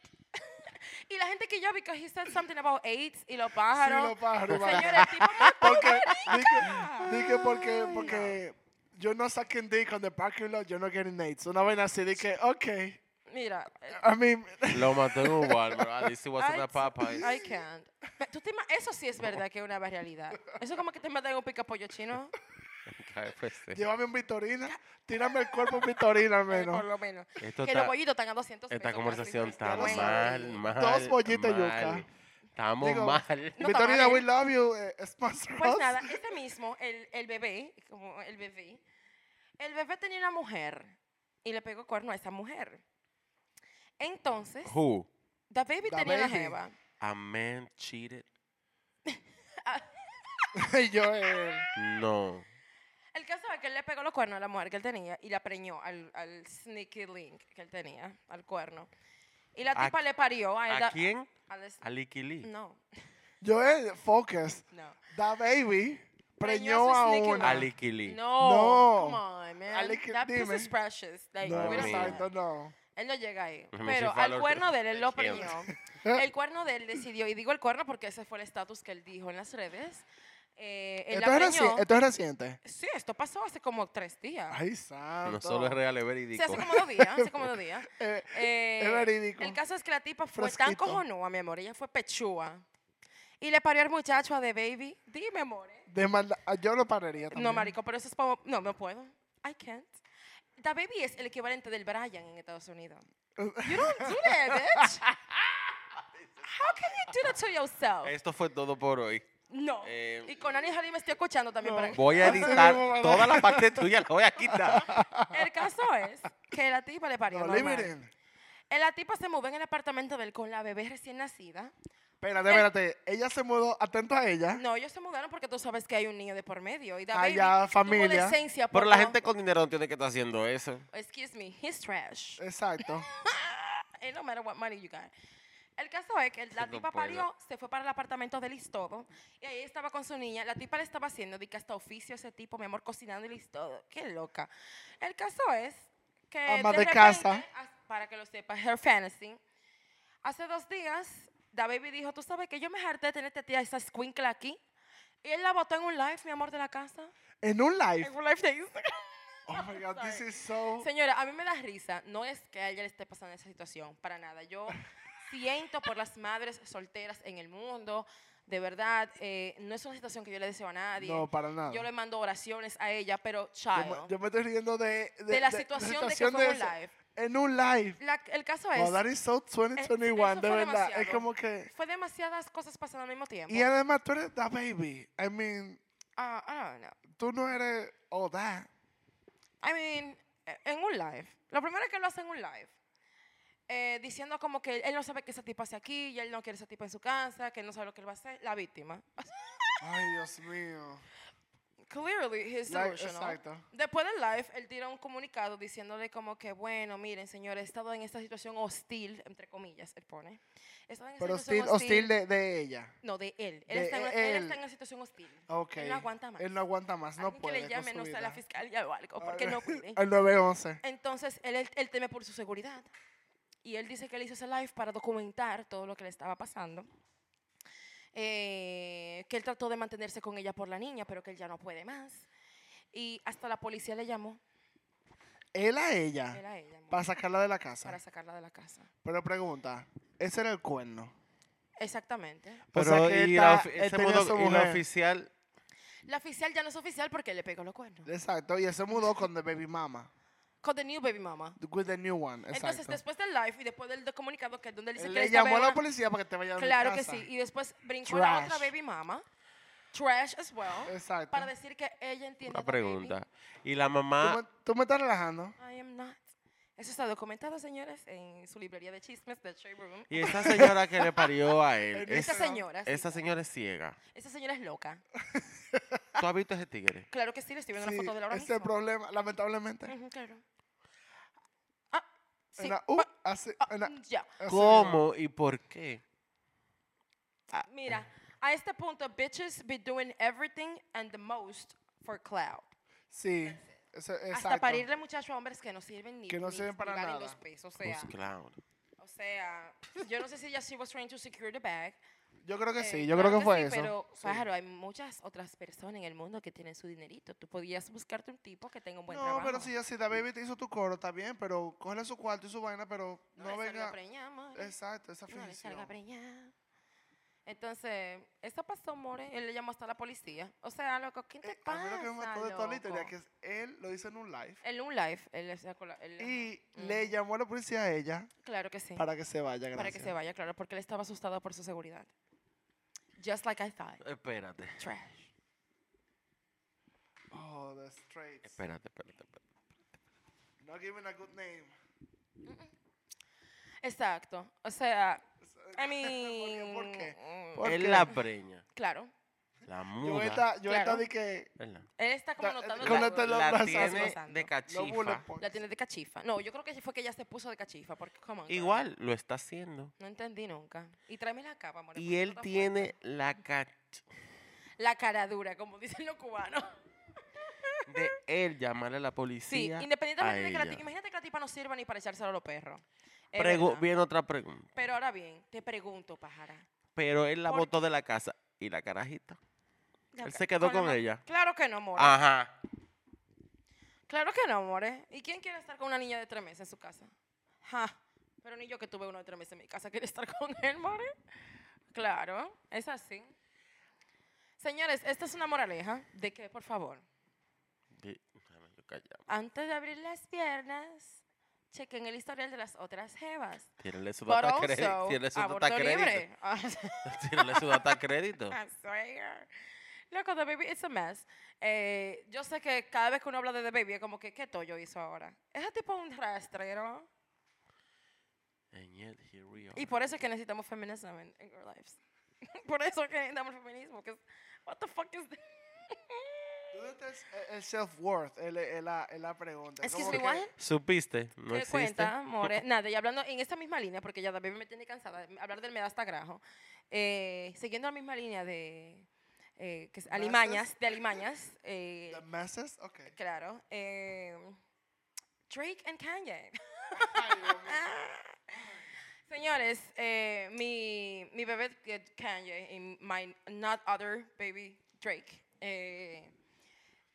Speaker 2: Y la gente que yo, because he said something about AIDS y los pájaros.
Speaker 1: Sí, los pájaros.
Speaker 2: Señores,
Speaker 1: va.
Speaker 2: el tipo mató
Speaker 1: porque,
Speaker 2: marica.
Speaker 1: dije, dije porque, porque yo no saquen dick on the parking lot, yo no getting AIDS. Una vaina así, dije, ok.
Speaker 2: Mira, eh,
Speaker 1: I mean,
Speaker 3: Lo mató en un Walmart. Ah, this was
Speaker 2: I
Speaker 3: in a
Speaker 2: t-
Speaker 3: Popeyes.
Speaker 2: I can't. Ve, tú te ima- eso sí es verdad que es una realidad. Eso es como que te matan en un pica pollo chino. eh, Este.
Speaker 3: KFC.
Speaker 1: llévame un Vitorina, tírame el cuerpo un Vitorina al
Speaker 2: eh,
Speaker 1: menos.
Speaker 2: Por lo menos.
Speaker 3: Esto
Speaker 2: que
Speaker 3: está-
Speaker 2: los pollitos están a 200 pesos.
Speaker 3: Esta conversación está
Speaker 1: Dos-
Speaker 3: mal, mal.
Speaker 1: dos bollitas de yuca.
Speaker 3: mal. Estamos
Speaker 1: Digo,
Speaker 3: mal.
Speaker 2: No,
Speaker 1: Vitorina,
Speaker 2: papá,
Speaker 1: we
Speaker 2: eh.
Speaker 1: love you, eh, sponsor
Speaker 2: Pues
Speaker 1: us.
Speaker 2: nada, este mismo, el, el bebé, como el bebé, el bebé tenía una mujer y le pegó cuerno a esa mujer. Entonces,
Speaker 3: Who?
Speaker 2: the baby
Speaker 1: The
Speaker 2: tenía una
Speaker 1: baby.
Speaker 2: jeva.
Speaker 3: A man cheated?
Speaker 1: Y yo, eh,
Speaker 3: No.
Speaker 2: El caso es que él le pegó los cuernos a la mujer que él tenía y la preñó al, al sneaky link que él tenía, al cuerno. Y la
Speaker 3: ¿A
Speaker 2: tipa le parió a él.
Speaker 3: ¿A quién?
Speaker 2: al es-
Speaker 3: A Licky Lee.
Speaker 2: no,
Speaker 1: yo, eh, focus.
Speaker 2: no.
Speaker 1: Da baby preñó
Speaker 2: Preñó
Speaker 1: a
Speaker 2: su sneaky
Speaker 1: una.
Speaker 3: A
Speaker 2: link.
Speaker 3: Licky Lee.
Speaker 2: No,
Speaker 1: No.
Speaker 2: come on, man.
Speaker 1: Ale, que
Speaker 2: That piece
Speaker 1: dime.
Speaker 2: is precious. Like,
Speaker 1: No,
Speaker 2: we don't
Speaker 3: mira.
Speaker 1: exacto,
Speaker 2: need that.
Speaker 1: no.
Speaker 2: Él no llega ahí.
Speaker 3: Me
Speaker 2: Pero
Speaker 3: hice
Speaker 2: al
Speaker 3: follow
Speaker 2: cuerno de él, él lo
Speaker 3: the kill.
Speaker 2: preñó. El cuerno de él decidió, y digo el cuerno porque ese fue el estatus que él dijo en las redes. Eh, él
Speaker 1: Esto
Speaker 2: la
Speaker 1: es,
Speaker 2: preñó.
Speaker 1: reci- esto es reciente.
Speaker 2: Sí, esto pasó hace como tres días.
Speaker 1: Ay, santo.
Speaker 3: No solo es real, es
Speaker 2: sí,
Speaker 3: verídico.
Speaker 2: hace como dos días, hace como dos días.
Speaker 1: Eh,
Speaker 2: Eh,
Speaker 1: Es verídico.
Speaker 2: El caso es que la tipa fue tan
Speaker 1: Fresquito.
Speaker 2: cojonúa, mi amor. Ella fue pechúa. Y le parió al muchacho a The Baby. Dime, amor. ¿eh?
Speaker 1: de maldad- ah, yo lo pararía también.
Speaker 2: No, marico, pero eso es como... No, no puedo. I can't. The Baby es el equivalente del Brian en Estados Unidos. You don't do that, bitch. How can you do that to yourself?
Speaker 3: Esto fue todo por hoy.
Speaker 2: No.
Speaker 3: eh,
Speaker 2: y con Annie Harley me estoy escuchando también.
Speaker 1: No.
Speaker 2: para-
Speaker 3: Voy a
Speaker 1: Así
Speaker 3: editar
Speaker 1: mismo, ¿verdad?
Speaker 3: toda la parte tuya, la voy a quitar.
Speaker 2: El caso es que la tipa le parió
Speaker 1: No, leave
Speaker 2: normal.
Speaker 1: it in.
Speaker 2: Eh, La tipa se mudó en el apartamento de él con la bebé recién nacida.
Speaker 1: Espérate, espérate. Ella se mudó, atento a ella.
Speaker 2: No, ellos se mudaron porque tú sabes que hay un niño de por medio. Y da
Speaker 1: Ah,
Speaker 2: baby
Speaker 1: ya,
Speaker 2: tuvo
Speaker 1: familia.
Speaker 2: decencia
Speaker 3: Pero
Speaker 2: por
Speaker 3: la
Speaker 2: no-
Speaker 3: gente con dinero no tiene que estar haciendo eso.
Speaker 2: Excuse me, he's trash.
Speaker 1: Exacto.
Speaker 2: It eh, no matter what money you got. El caso es que la
Speaker 3: no
Speaker 2: tipa
Speaker 3: puedo.
Speaker 2: parió, se fue para el apartamento de Listodo y ahí estaba con su niña. La tipa le estaba haciendo de que hasta oficio ese tipo, mi amor, cocinando y Listodo. Qué loca. El caso es que.
Speaker 1: Ama de casa.
Speaker 2: repente, as- Para que lo sepa, her fantasy. Hace dos días, Da Baby dijo: Tú sabes que yo me harté de tenerte a ti, a esa squinkla aquí. Y él la botó en un live, mi amor, de la casa.
Speaker 1: En un live.
Speaker 2: En un live de Instagram.
Speaker 1: Oh my God, this
Speaker 2: Sorry.
Speaker 1: is so.
Speaker 2: Señora, a mí me da risa. No es que a ella le esté pasando esa situación, para nada. Yo siento por las madres solteras en el mundo. De verdad, eh, no es una situación que yo le deseo a nadie.
Speaker 1: No, para nada.
Speaker 2: yo le mando oraciones a ella, pero
Speaker 1: Yo
Speaker 2: child,
Speaker 1: me- yo me estoy riendo de. De,
Speaker 2: de la situación de, que fue un
Speaker 1: eso.
Speaker 2: live.
Speaker 1: En un live.
Speaker 2: La- el caso es,
Speaker 1: Well, that is so 2021,
Speaker 2: eh, eso
Speaker 1: de
Speaker 2: fue
Speaker 1: verdad. Es
Speaker 2: demasiado.
Speaker 1: como que.
Speaker 2: fue demasiadas cosas pasando al mismo tiempo.
Speaker 1: Y además tú eres da baby. I mean,
Speaker 2: Ah, I don't know.
Speaker 1: tú no eres all that.
Speaker 2: I mean, eh, en un live. Lo primero es que lo hace en un live. eh, diciendo como que él no sabe que esa tipa hace aquí, y él no quiere esa tipa en su casa, que él no sabe lo que él va a hacer. La víctima.
Speaker 1: Ay, Dios mío.
Speaker 2: Clearly, he's
Speaker 1: Like,
Speaker 2: delusional.
Speaker 1: exacto.
Speaker 2: Después del live, él tira un comunicado diciéndole como que, bueno, miren, señores, he estado en esta situación hostil, entre comillas, él pone. He estado en esta
Speaker 1: Pero hostil,
Speaker 2: situación
Speaker 1: hostil de, de ella.
Speaker 2: No, de él. Él,
Speaker 1: De
Speaker 2: está en, una- él
Speaker 1: él.
Speaker 2: está en una situación hostil.
Speaker 1: Ok.
Speaker 2: Él no aguanta más.
Speaker 1: Él no aguanta más, no
Speaker 2: Alguien
Speaker 1: puede.
Speaker 2: que le
Speaker 1: con
Speaker 2: llamen,
Speaker 1: su
Speaker 2: no sé, a la
Speaker 1: vida.
Speaker 2: fiscalía o algo, porque
Speaker 1: Ah,
Speaker 2: no cuiden.
Speaker 1: Al 911.
Speaker 2: Entonces, él, él, él teme por su seguridad. Y él dice que él hizo ese live para documentar todo lo que le estaba pasando. Eh, que él trató de mantenerse con ella por la niña, pero que él ya no puede más. Y hasta la policía le llamó,
Speaker 1: Él a ella.
Speaker 2: era ella, amor,
Speaker 1: Para sacarla de la casa.
Speaker 2: para sacarla de la casa.
Speaker 1: Pero pregunta, ese era el cuerno.
Speaker 2: Exactamente.
Speaker 1: O
Speaker 4: Pero
Speaker 1: sea que
Speaker 4: y
Speaker 1: él
Speaker 4: la
Speaker 1: está-
Speaker 4: ofi-
Speaker 1: él
Speaker 4: ese
Speaker 1: tenía
Speaker 4: mudo-
Speaker 1: su
Speaker 4: y la
Speaker 1: mujer.
Speaker 4: oficial.
Speaker 2: La oficial ya no es oficial porque le pegó los cuernos.
Speaker 1: Exacto. Y él se mudó con The Baby Mama.
Speaker 2: Con the new baby mama.
Speaker 1: With the new one. Exacto.
Speaker 2: Entonces, después del live y después del comunicado que es donde él dice
Speaker 1: Él
Speaker 2: que él
Speaker 1: Eh, le
Speaker 2: estaba
Speaker 1: llamó a
Speaker 2: en
Speaker 1: la
Speaker 2: una-
Speaker 1: policía para que te vaya a mi
Speaker 2: Claro que
Speaker 1: casa.
Speaker 2: sí. Y después brincó la otra
Speaker 1: Trash.
Speaker 2: baby mama. Trash as well.
Speaker 1: Exacto.
Speaker 2: Para decir que ella entiende.
Speaker 3: Una
Speaker 2: a the baby.
Speaker 3: pregunta. ¿Y la
Speaker 1: ¿Tú,
Speaker 3: mamá
Speaker 1: me, tú me estás relajando.
Speaker 2: I am not. Eso está documentado, señores, en su librería de chismes, The Shade Room.
Speaker 3: y esa señora que le parió a él?
Speaker 1: Esa
Speaker 2: Esa
Speaker 3: es-
Speaker 2: señora. sí,
Speaker 3: esa
Speaker 2: claro.
Speaker 3: señora es ciega.
Speaker 2: Esa señora es loca.
Speaker 3: ¿Tú has visto ese tigre?
Speaker 2: Claro que sí, le estoy viendo
Speaker 1: Sí,
Speaker 2: una foto de la ahora
Speaker 1: ese es el
Speaker 2: mismo.
Speaker 1: problema, lamentablemente.
Speaker 2: Ujú, claro. Ah, sí.
Speaker 1: Una- uh,
Speaker 2: pa-
Speaker 1: así,
Speaker 2: ah,
Speaker 1: una-
Speaker 2: ya.
Speaker 1: así mismo.
Speaker 3: ¿Cómo y por qué?
Speaker 1: Ah.
Speaker 2: Mira, a este punto, bitches be doing everything and the most for cloud.
Speaker 1: Sí, ese-
Speaker 2: Hasta
Speaker 1: exacto.
Speaker 2: parirle muchacho a hombres que no sirven ni
Speaker 1: Que no
Speaker 2: ni-
Speaker 1: sirven
Speaker 2: ni
Speaker 1: para
Speaker 2: valen
Speaker 1: nada.
Speaker 2: dos pesos. O sea,
Speaker 3: Pues claro.
Speaker 2: O sea, yo no sé si ella sí was trying to secure the bag.
Speaker 1: Yo creo que
Speaker 2: eh,
Speaker 1: sí, yo
Speaker 2: claro
Speaker 1: creo que fue
Speaker 2: sí,
Speaker 1: eso.
Speaker 2: Pero,
Speaker 1: Sí.
Speaker 2: claro, hay muchas otras personas en el mundo que tienen su dinerito. Tú podías buscarte un tipo que tenga un buen
Speaker 1: no,
Speaker 2: trabajo.
Speaker 1: pero si ya si Da Baby te hizo tu coro, está bien, pero cógele su cuarto y su vaina, pero
Speaker 2: No,
Speaker 1: no,
Speaker 2: le salga
Speaker 1: venga.
Speaker 2: preñada, amor.
Speaker 1: Exacto, esa
Speaker 2: No le
Speaker 1: ficción.
Speaker 2: salga preñada. Entonces, eso pasó, more. Él le llamó hasta la policía. O sea, loco, ¿qué te
Speaker 1: Eh, A
Speaker 2: pasa,
Speaker 1: mí lo que me mató de toda la historia
Speaker 2: loco?
Speaker 1: que es él lo hizo en un live
Speaker 2: En un live, él le sacó la... él le-
Speaker 1: y
Speaker 2: Mm.
Speaker 1: le llamó a la policía a ella
Speaker 2: Claro que sí.
Speaker 1: para que se vaya, gracias.
Speaker 2: Para que se vaya, claro, porque él estaba asustado por su seguridad. Just like I thought.
Speaker 3: Espérate.
Speaker 2: Trash.
Speaker 1: Oh, the straights.
Speaker 3: Espérate, espérate, espérate.
Speaker 1: Not giving a good name.
Speaker 2: Exacto. O sea, I
Speaker 1: ¿Por qué?
Speaker 2: mean.
Speaker 1: ¿Por qué?
Speaker 2: mm,
Speaker 1: ¿Por
Speaker 3: Él
Speaker 1: qué?
Speaker 3: la preña.
Speaker 2: Claro.
Speaker 3: La
Speaker 1: Yo
Speaker 3: muda.
Speaker 1: esta, yo
Speaker 2: Claro.
Speaker 1: esta di que
Speaker 3: ¿verdad?
Speaker 2: Él está como
Speaker 1: Da-
Speaker 3: eh,
Speaker 2: notando
Speaker 1: con
Speaker 2: la,
Speaker 1: este lo-
Speaker 2: la-
Speaker 1: las
Speaker 3: La tiene
Speaker 2: cosas.
Speaker 3: de
Speaker 1: lo bullet
Speaker 3: cachifa.
Speaker 1: points.
Speaker 2: la tiene de cachifa. No, yo creo que fue que ella se puso de cachifa. Porque, come on, girl.
Speaker 3: Igual lo está haciendo.
Speaker 2: No entendí nunca. Y tráeme la capa, amor.
Speaker 3: Y él tiene la cach...
Speaker 2: La cara dura, como dicen los cubanos.
Speaker 3: De él llamarle a la
Speaker 2: Sí,
Speaker 3: policía.
Speaker 2: independientemente
Speaker 3: a
Speaker 2: de que la
Speaker 3: ella.
Speaker 2: tipa. Imagínate que la tipa no sirva ni para echárselo a los perros. Es
Speaker 3: Pregu-
Speaker 2: verdad.
Speaker 3: Viene otra pregunta.
Speaker 2: Pero ahora bien, te pregunto, pájara.
Speaker 3: Pero él la
Speaker 2: ¿Por
Speaker 3: botó de la casa. ¿Y la carajita? Él se quedó
Speaker 2: la
Speaker 3: con
Speaker 2: ma-
Speaker 3: ella.
Speaker 2: Claro que no, amor.
Speaker 3: Ajá.
Speaker 2: Claro que no, amores. ¿Y quién quiere estar con una niña de tres meses en su casa? Ja. Pero ni yo que tuve uno de tres meses en mi casa quiere estar con él, more. Claro, es así. Señores, esta es una moraleja de que, por favor,
Speaker 3: Di- déjame yo callar.
Speaker 2: antes de abrir las piernas, chequen el historial de las otras jevas.
Speaker 3: Tírale su
Speaker 2: But
Speaker 3: data
Speaker 2: also,
Speaker 3: crédito. Tírale su data
Speaker 2: aborto
Speaker 3: crédito.
Speaker 2: libre. Ah,
Speaker 3: Tírale su data crédito.
Speaker 2: I swear. Loco, The Baby, it's a mess. Eh, yo sé que cada vez que uno habla de The Baby es como que, ¿qué Toyo hizo ahora? Ese tipo es un rastrero.
Speaker 3: And yet, here we are.
Speaker 2: Y por eso es que necesitamos feminism en in our lives. por eso es que necesitamos feminismo. que es- what the fuck is that?
Speaker 1: ¿Dónde está el- el self-worth? Es la, es la pregunta.
Speaker 2: Excuse
Speaker 1: como
Speaker 2: me,
Speaker 1: que-
Speaker 2: what?
Speaker 3: ¿Supiste? No
Speaker 2: ¿Qué
Speaker 3: existe.
Speaker 2: cuenta, more? Nada, y hablando en esta misma línea, porque ya la baby me tiene cansada, hablar del me da hasta grajo. Eh, siguiendo la misma línea de eh, que es alimañas, de alimañas, eh,
Speaker 1: The messes? Ok.
Speaker 2: claro. eh, Drake and Kanye.
Speaker 1: Ay, Dios mío.
Speaker 2: Señores, eh, mi, mi bebé que- Kanye y my not other baby Drake. eh,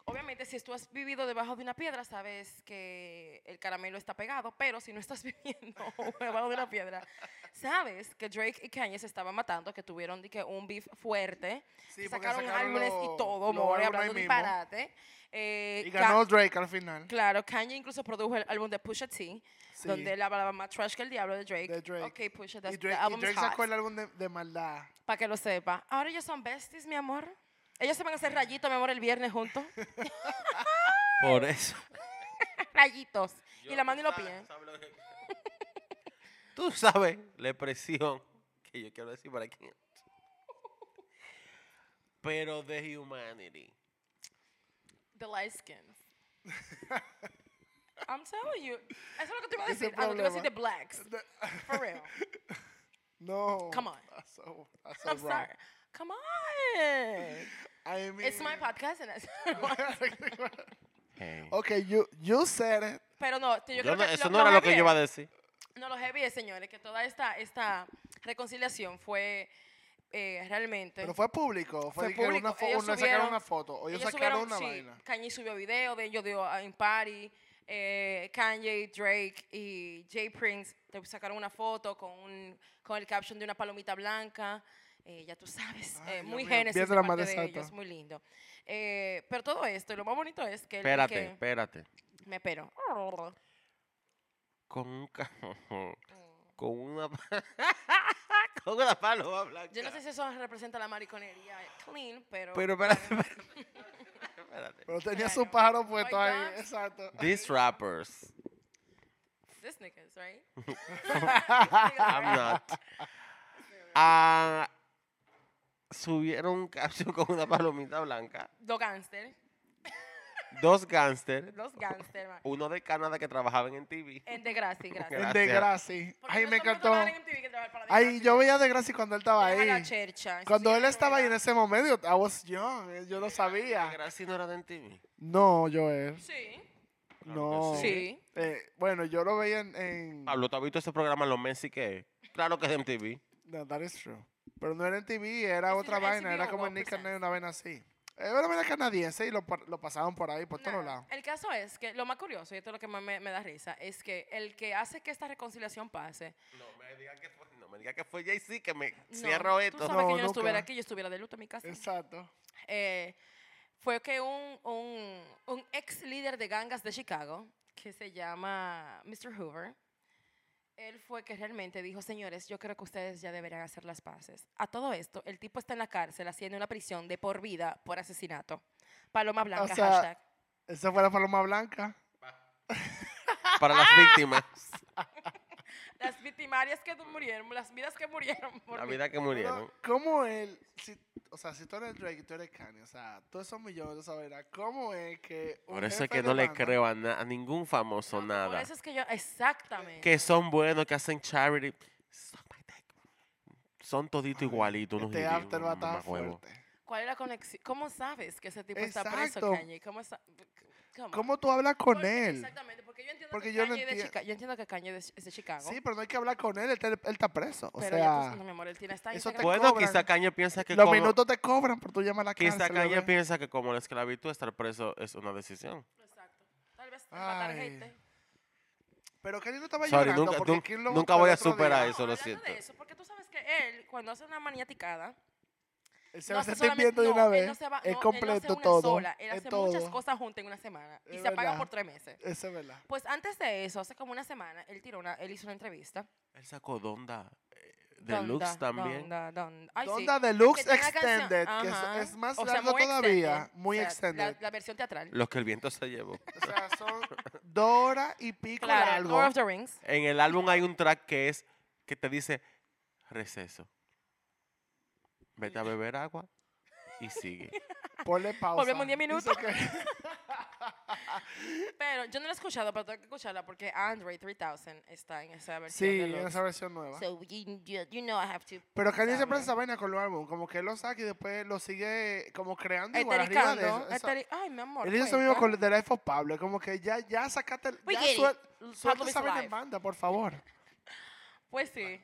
Speaker 2: obviamente, si tú has vivido debajo de una piedra, sabes que el caramelo está pegado, pero si no estás viviendo debajo de una piedra, sabes que Drake y Kanye se estaban matando, que tuvieron de que, un beef fuerte,
Speaker 1: Sí,
Speaker 2: que
Speaker 1: porque
Speaker 2: sacaron, álbumes
Speaker 1: lo-
Speaker 2: y todo,
Speaker 1: lo
Speaker 2: more,
Speaker 1: álbumes
Speaker 2: hablando
Speaker 1: ahí mismo.
Speaker 2: disparate. eh,
Speaker 1: Y
Speaker 2: Ka-
Speaker 1: ganó Drake al final.
Speaker 2: Claro, Kanye incluso produjo el álbum de Pusha T,
Speaker 1: Sí.
Speaker 2: donde él hablaba más trash que el diablo de Drake.
Speaker 1: De Drake.
Speaker 2: Ok, Pusha,
Speaker 1: Y
Speaker 2: that's,
Speaker 1: Drake,
Speaker 2: the
Speaker 1: y
Speaker 2: album is
Speaker 1: Drake sacó
Speaker 2: hot.
Speaker 1: el álbum de, de maldad.
Speaker 2: Para que lo sepa. Ahora ellos son besties, mi amor. Ellos se van a hacer rayitos, mi amor, el viernes juntos.
Speaker 3: Por eso.
Speaker 2: rayitos. y la mano y los pies.
Speaker 3: Tú sabes la expresión que yo quiero decir para quién. Pero de humanity.
Speaker 2: the light skins. I'm telling you. Eso es lo que te iba a
Speaker 1: Ese
Speaker 2: decir. Ah, no, te iba a decir
Speaker 1: problema.
Speaker 2: the blacks. For real.
Speaker 1: No.
Speaker 2: Come on.
Speaker 1: That's so, that's so
Speaker 2: I'm
Speaker 1: wrong.
Speaker 2: sorry. Come on.
Speaker 1: I mean,
Speaker 2: It's my podcast. And it's
Speaker 3: Hey.
Speaker 1: okay, you, you said it.
Speaker 2: Pero no, yo,
Speaker 3: Yo
Speaker 2: creo
Speaker 3: no-
Speaker 2: que
Speaker 3: eso
Speaker 2: lo-
Speaker 3: no era lo que
Speaker 2: heavy
Speaker 3: yo iba a
Speaker 2: es-
Speaker 3: decir.
Speaker 2: No, lo heavy es, señores, que toda esta, esta reconciliación fue eh, realmente...
Speaker 1: Pero fue público. Fue,
Speaker 2: Fue
Speaker 1: de que era Una
Speaker 2: público,
Speaker 1: fo-
Speaker 2: ellos
Speaker 1: una- sacaron
Speaker 2: subieron-
Speaker 1: una foto. O ellos, sacaron
Speaker 2: subieron,
Speaker 1: una
Speaker 2: sí,
Speaker 1: vaina.
Speaker 2: Kanye subió video de ellos dio, en party. eh, Kanye, Drake y Jay Prince te sacaron una foto con, un, con el caption de una palomita blanca. eh, ya tú sabes,
Speaker 1: Ay,
Speaker 2: eh,
Speaker 1: Dios
Speaker 2: muy
Speaker 1: mío,
Speaker 2: génesis de
Speaker 1: piedra más
Speaker 2: parte de
Speaker 1: desata.
Speaker 2: ellos, muy lindo. Eh, pero todo esto, y lo más bonito es que... el-
Speaker 3: Espérate,
Speaker 2: que-
Speaker 3: espérate.
Speaker 2: me pero.
Speaker 3: Con un ca- Mm. Con una. pa- con una paloma blanca.
Speaker 2: Yo no sé si eso representa la mariconería clean, pero...
Speaker 3: Pero espérate, espérate. espérate.
Speaker 1: Pero
Speaker 2: Claro.
Speaker 1: tenía
Speaker 2: Oh
Speaker 1: su pájaro puesto
Speaker 2: My
Speaker 1: ahí.
Speaker 2: God.
Speaker 1: Exacto.
Speaker 3: These rappers,
Speaker 2: This niggas, right?
Speaker 3: I'm not. Ah, subieron un caption con una palomita blanca.
Speaker 2: Dos gangsters.
Speaker 3: Dos gángsters.
Speaker 2: Dos gangsters, man.
Speaker 3: Uno de Canadá que trabajaban en TV.
Speaker 2: En Degrassi, gracias.
Speaker 1: En
Speaker 3: Gracias.
Speaker 1: Degrassi.
Speaker 2: Porque
Speaker 1: Ay,
Speaker 2: no
Speaker 1: me
Speaker 2: es lo mismo
Speaker 1: encantó.
Speaker 2: trabajar en MTV que trabajar para
Speaker 1: Ay,
Speaker 2: Degrassi.
Speaker 1: yo veía a Degrassi cuando él estaba
Speaker 2: Deja la
Speaker 1: ahí.
Speaker 2: chercha. Eso
Speaker 1: Cuando
Speaker 2: sí
Speaker 1: él
Speaker 2: es
Speaker 1: estaba ahí en
Speaker 2: verdad.
Speaker 1: ese momento, I was young, eh, yo no sabía.
Speaker 3: Gracias, no era de TV.
Speaker 1: No, Joel,
Speaker 2: Sí.
Speaker 1: no.
Speaker 2: Sí.
Speaker 1: Eh, bueno, yo lo veía en... en-
Speaker 3: Pablo, ¿tú has visto ese programa Los Messi que es? Claro que es de MTV.
Speaker 1: No, that is true. Pero no era en TV, era
Speaker 2: This
Speaker 1: otra
Speaker 2: is an
Speaker 1: vaina, era
Speaker 2: HBO
Speaker 1: como en Nick
Speaker 2: presents.
Speaker 1: Cannon, una vaina así. Eh, Era una vaina canadiense y lo, pa- lo pasaban por ahí, por todos
Speaker 2: Nada.
Speaker 1: lados.
Speaker 2: El caso es que lo más curioso, y esto es lo que más me, me da risa, es que el que hace que esta reconciliación pase.
Speaker 3: No me digas que fue, no me diga que fue Jay-Z que me
Speaker 2: no,
Speaker 3: cierro
Speaker 2: Tú
Speaker 3: esto.
Speaker 2: sabes
Speaker 1: No,
Speaker 2: que yo no
Speaker 1: nunca.
Speaker 2: estuviera aquí, yo estuviera de luto en mi casa.
Speaker 1: Exacto.
Speaker 2: eh, fue que un, un, un ex líder de gangas de Chicago, que se llama Mr. Hoover, él fue que realmente dijo, señores, yo creo que ustedes ya deberían hacer las paces. A todo esto, el tipo está en la cárcel haciendo una prisión de por vida por asesinato. Paloma Blanca,
Speaker 1: sea,
Speaker 2: hashtag.
Speaker 1: Esa fue la paloma blanca.
Speaker 3: Para las víctimas.
Speaker 2: Las victimarias que murieron, las vidas que murieron por
Speaker 3: la
Speaker 2: mí.
Speaker 3: vida que
Speaker 1: Pero,
Speaker 3: murieron.
Speaker 1: ¿Cómo él, si- o sea, si tú eres Drake y tú eres Kanye, o sea, todos esos millones de esa vaina, ¿cómo es que... un
Speaker 3: Por eso es
Speaker 1: jefe
Speaker 3: que
Speaker 1: de
Speaker 3: no le
Speaker 1: banda-
Speaker 3: creo a, na- a ningún famoso
Speaker 2: No, Por
Speaker 3: nada.
Speaker 2: eso es que yo, exactamente.
Speaker 3: Que son buenos, que hacen charity. Suck my dick. Son toditos igualitos. unos
Speaker 1: Este
Speaker 3: idiotas,
Speaker 1: after va a
Speaker 3: unos
Speaker 1: estar
Speaker 3: mamahuevos.
Speaker 1: fuerte.
Speaker 2: ¿Cuál es la conexión? ¿Cómo sabes que ese tipo está
Speaker 1: Exacto.
Speaker 2: preso, Kanye? ¿Cómo sa- come on.
Speaker 1: ¿Cómo tú hablas con
Speaker 2: Porque-
Speaker 1: él?
Speaker 2: Exactamente, porque yo entiendo
Speaker 1: Porque
Speaker 2: que
Speaker 1: yo no
Speaker 2: Kanye es de
Speaker 1: entien-
Speaker 2: Chica- yo entiendo que Kanye es de- es de Chicago.
Speaker 1: Sí, pero no hay que hablar con él, él, está- él está preso. O
Speaker 2: pero ya
Speaker 1: sea,
Speaker 2: tú- no, mi amor, él tiene esta
Speaker 1: eso te
Speaker 2: Instagram.
Speaker 3: Bueno,
Speaker 1: cobran.
Speaker 3: quizá Caña piensa que
Speaker 1: los
Speaker 3: como,
Speaker 1: minutos te cobran por tu llamar a la
Speaker 3: quizá
Speaker 1: cárcel.
Speaker 3: Kanye
Speaker 1: bebé.
Speaker 3: piensa que como la esclavitud estar preso es una decisión.
Speaker 2: Exacto. Tal vez matar
Speaker 1: Ay,
Speaker 2: gente.
Speaker 1: Pero Kanye no estaba
Speaker 3: Sorry,
Speaker 1: llorando
Speaker 3: nunca-
Speaker 1: porque
Speaker 3: nun-
Speaker 1: Kim lo
Speaker 3: nunca
Speaker 1: votó el
Speaker 3: voy a
Speaker 1: otro día.
Speaker 3: superar
Speaker 2: No,
Speaker 3: eso lo
Speaker 2: hablando
Speaker 3: siento.
Speaker 2: de eso, porque tú sabes que él, cuando hace una maniaticada,
Speaker 1: Él se
Speaker 2: no
Speaker 1: va
Speaker 2: hace solamente-
Speaker 1: viendo de una
Speaker 2: no, él
Speaker 1: vez.
Speaker 2: no se va- no, él
Speaker 1: es
Speaker 2: no hace
Speaker 1: completo
Speaker 2: una
Speaker 1: todo.
Speaker 2: sola, él
Speaker 1: es
Speaker 2: hace
Speaker 1: todo.
Speaker 2: muchas cosas juntas en una semana y
Speaker 1: Es
Speaker 2: se apaga
Speaker 1: verdad.
Speaker 2: por tres meses.
Speaker 1: Eso es verdad.
Speaker 2: Pues antes de eso, hace como una semana, él tiró una, él hizo una entrevista.
Speaker 3: Él sacó Donda eh,
Speaker 2: Donda,
Speaker 3: Deluxe también.
Speaker 2: Donda, Donda. Ay, sí.
Speaker 1: Donda Deluxe
Speaker 2: tiene una canción,
Speaker 1: Extended, que es-
Speaker 2: ajá.
Speaker 1: es, más
Speaker 2: O sea,
Speaker 1: largo
Speaker 2: muy
Speaker 1: todavía.
Speaker 2: extended.
Speaker 1: Muy
Speaker 2: O sea,
Speaker 1: extended.
Speaker 2: La, la versión teatral.
Speaker 3: Los que el viento se llevó.
Speaker 1: O sea, son dos horas y pico
Speaker 2: Claro,
Speaker 1: largo.
Speaker 2: Lord of the Rings.
Speaker 3: En el álbum hay un track que es que te dice receso. Vete a beber agua y sigue.
Speaker 1: Ponle pausa.
Speaker 2: Volvemos en 10 minutos.
Speaker 1: Dice que-
Speaker 2: Pero yo no la he escuchado, pero tengo que escucharla porque Android 3000 está en esa versión.
Speaker 1: sí, en
Speaker 2: deluxe.
Speaker 1: esa versión nueva.
Speaker 2: So you, you, you know I have to.
Speaker 1: Pero pues, Kanye siempre hace
Speaker 2: sabe.
Speaker 1: esa vaina con los álbumes. Como que él lo saca y después lo sigue como creando igual arriba de
Speaker 2: Etericando.
Speaker 1: eso. eso.
Speaker 2: eteri- Ay, mi amor.
Speaker 1: Él hizo eso
Speaker 2: cuenta.
Speaker 1: mismo con el de Life of Pablo. Como que ya, ya sacaste... el-
Speaker 2: We
Speaker 1: Ya
Speaker 2: get it.
Speaker 1: suel-
Speaker 2: Pablo
Speaker 1: suelta
Speaker 2: is
Speaker 1: esa vaina en
Speaker 2: alive.
Speaker 1: banda, por favor.
Speaker 2: Pues sí.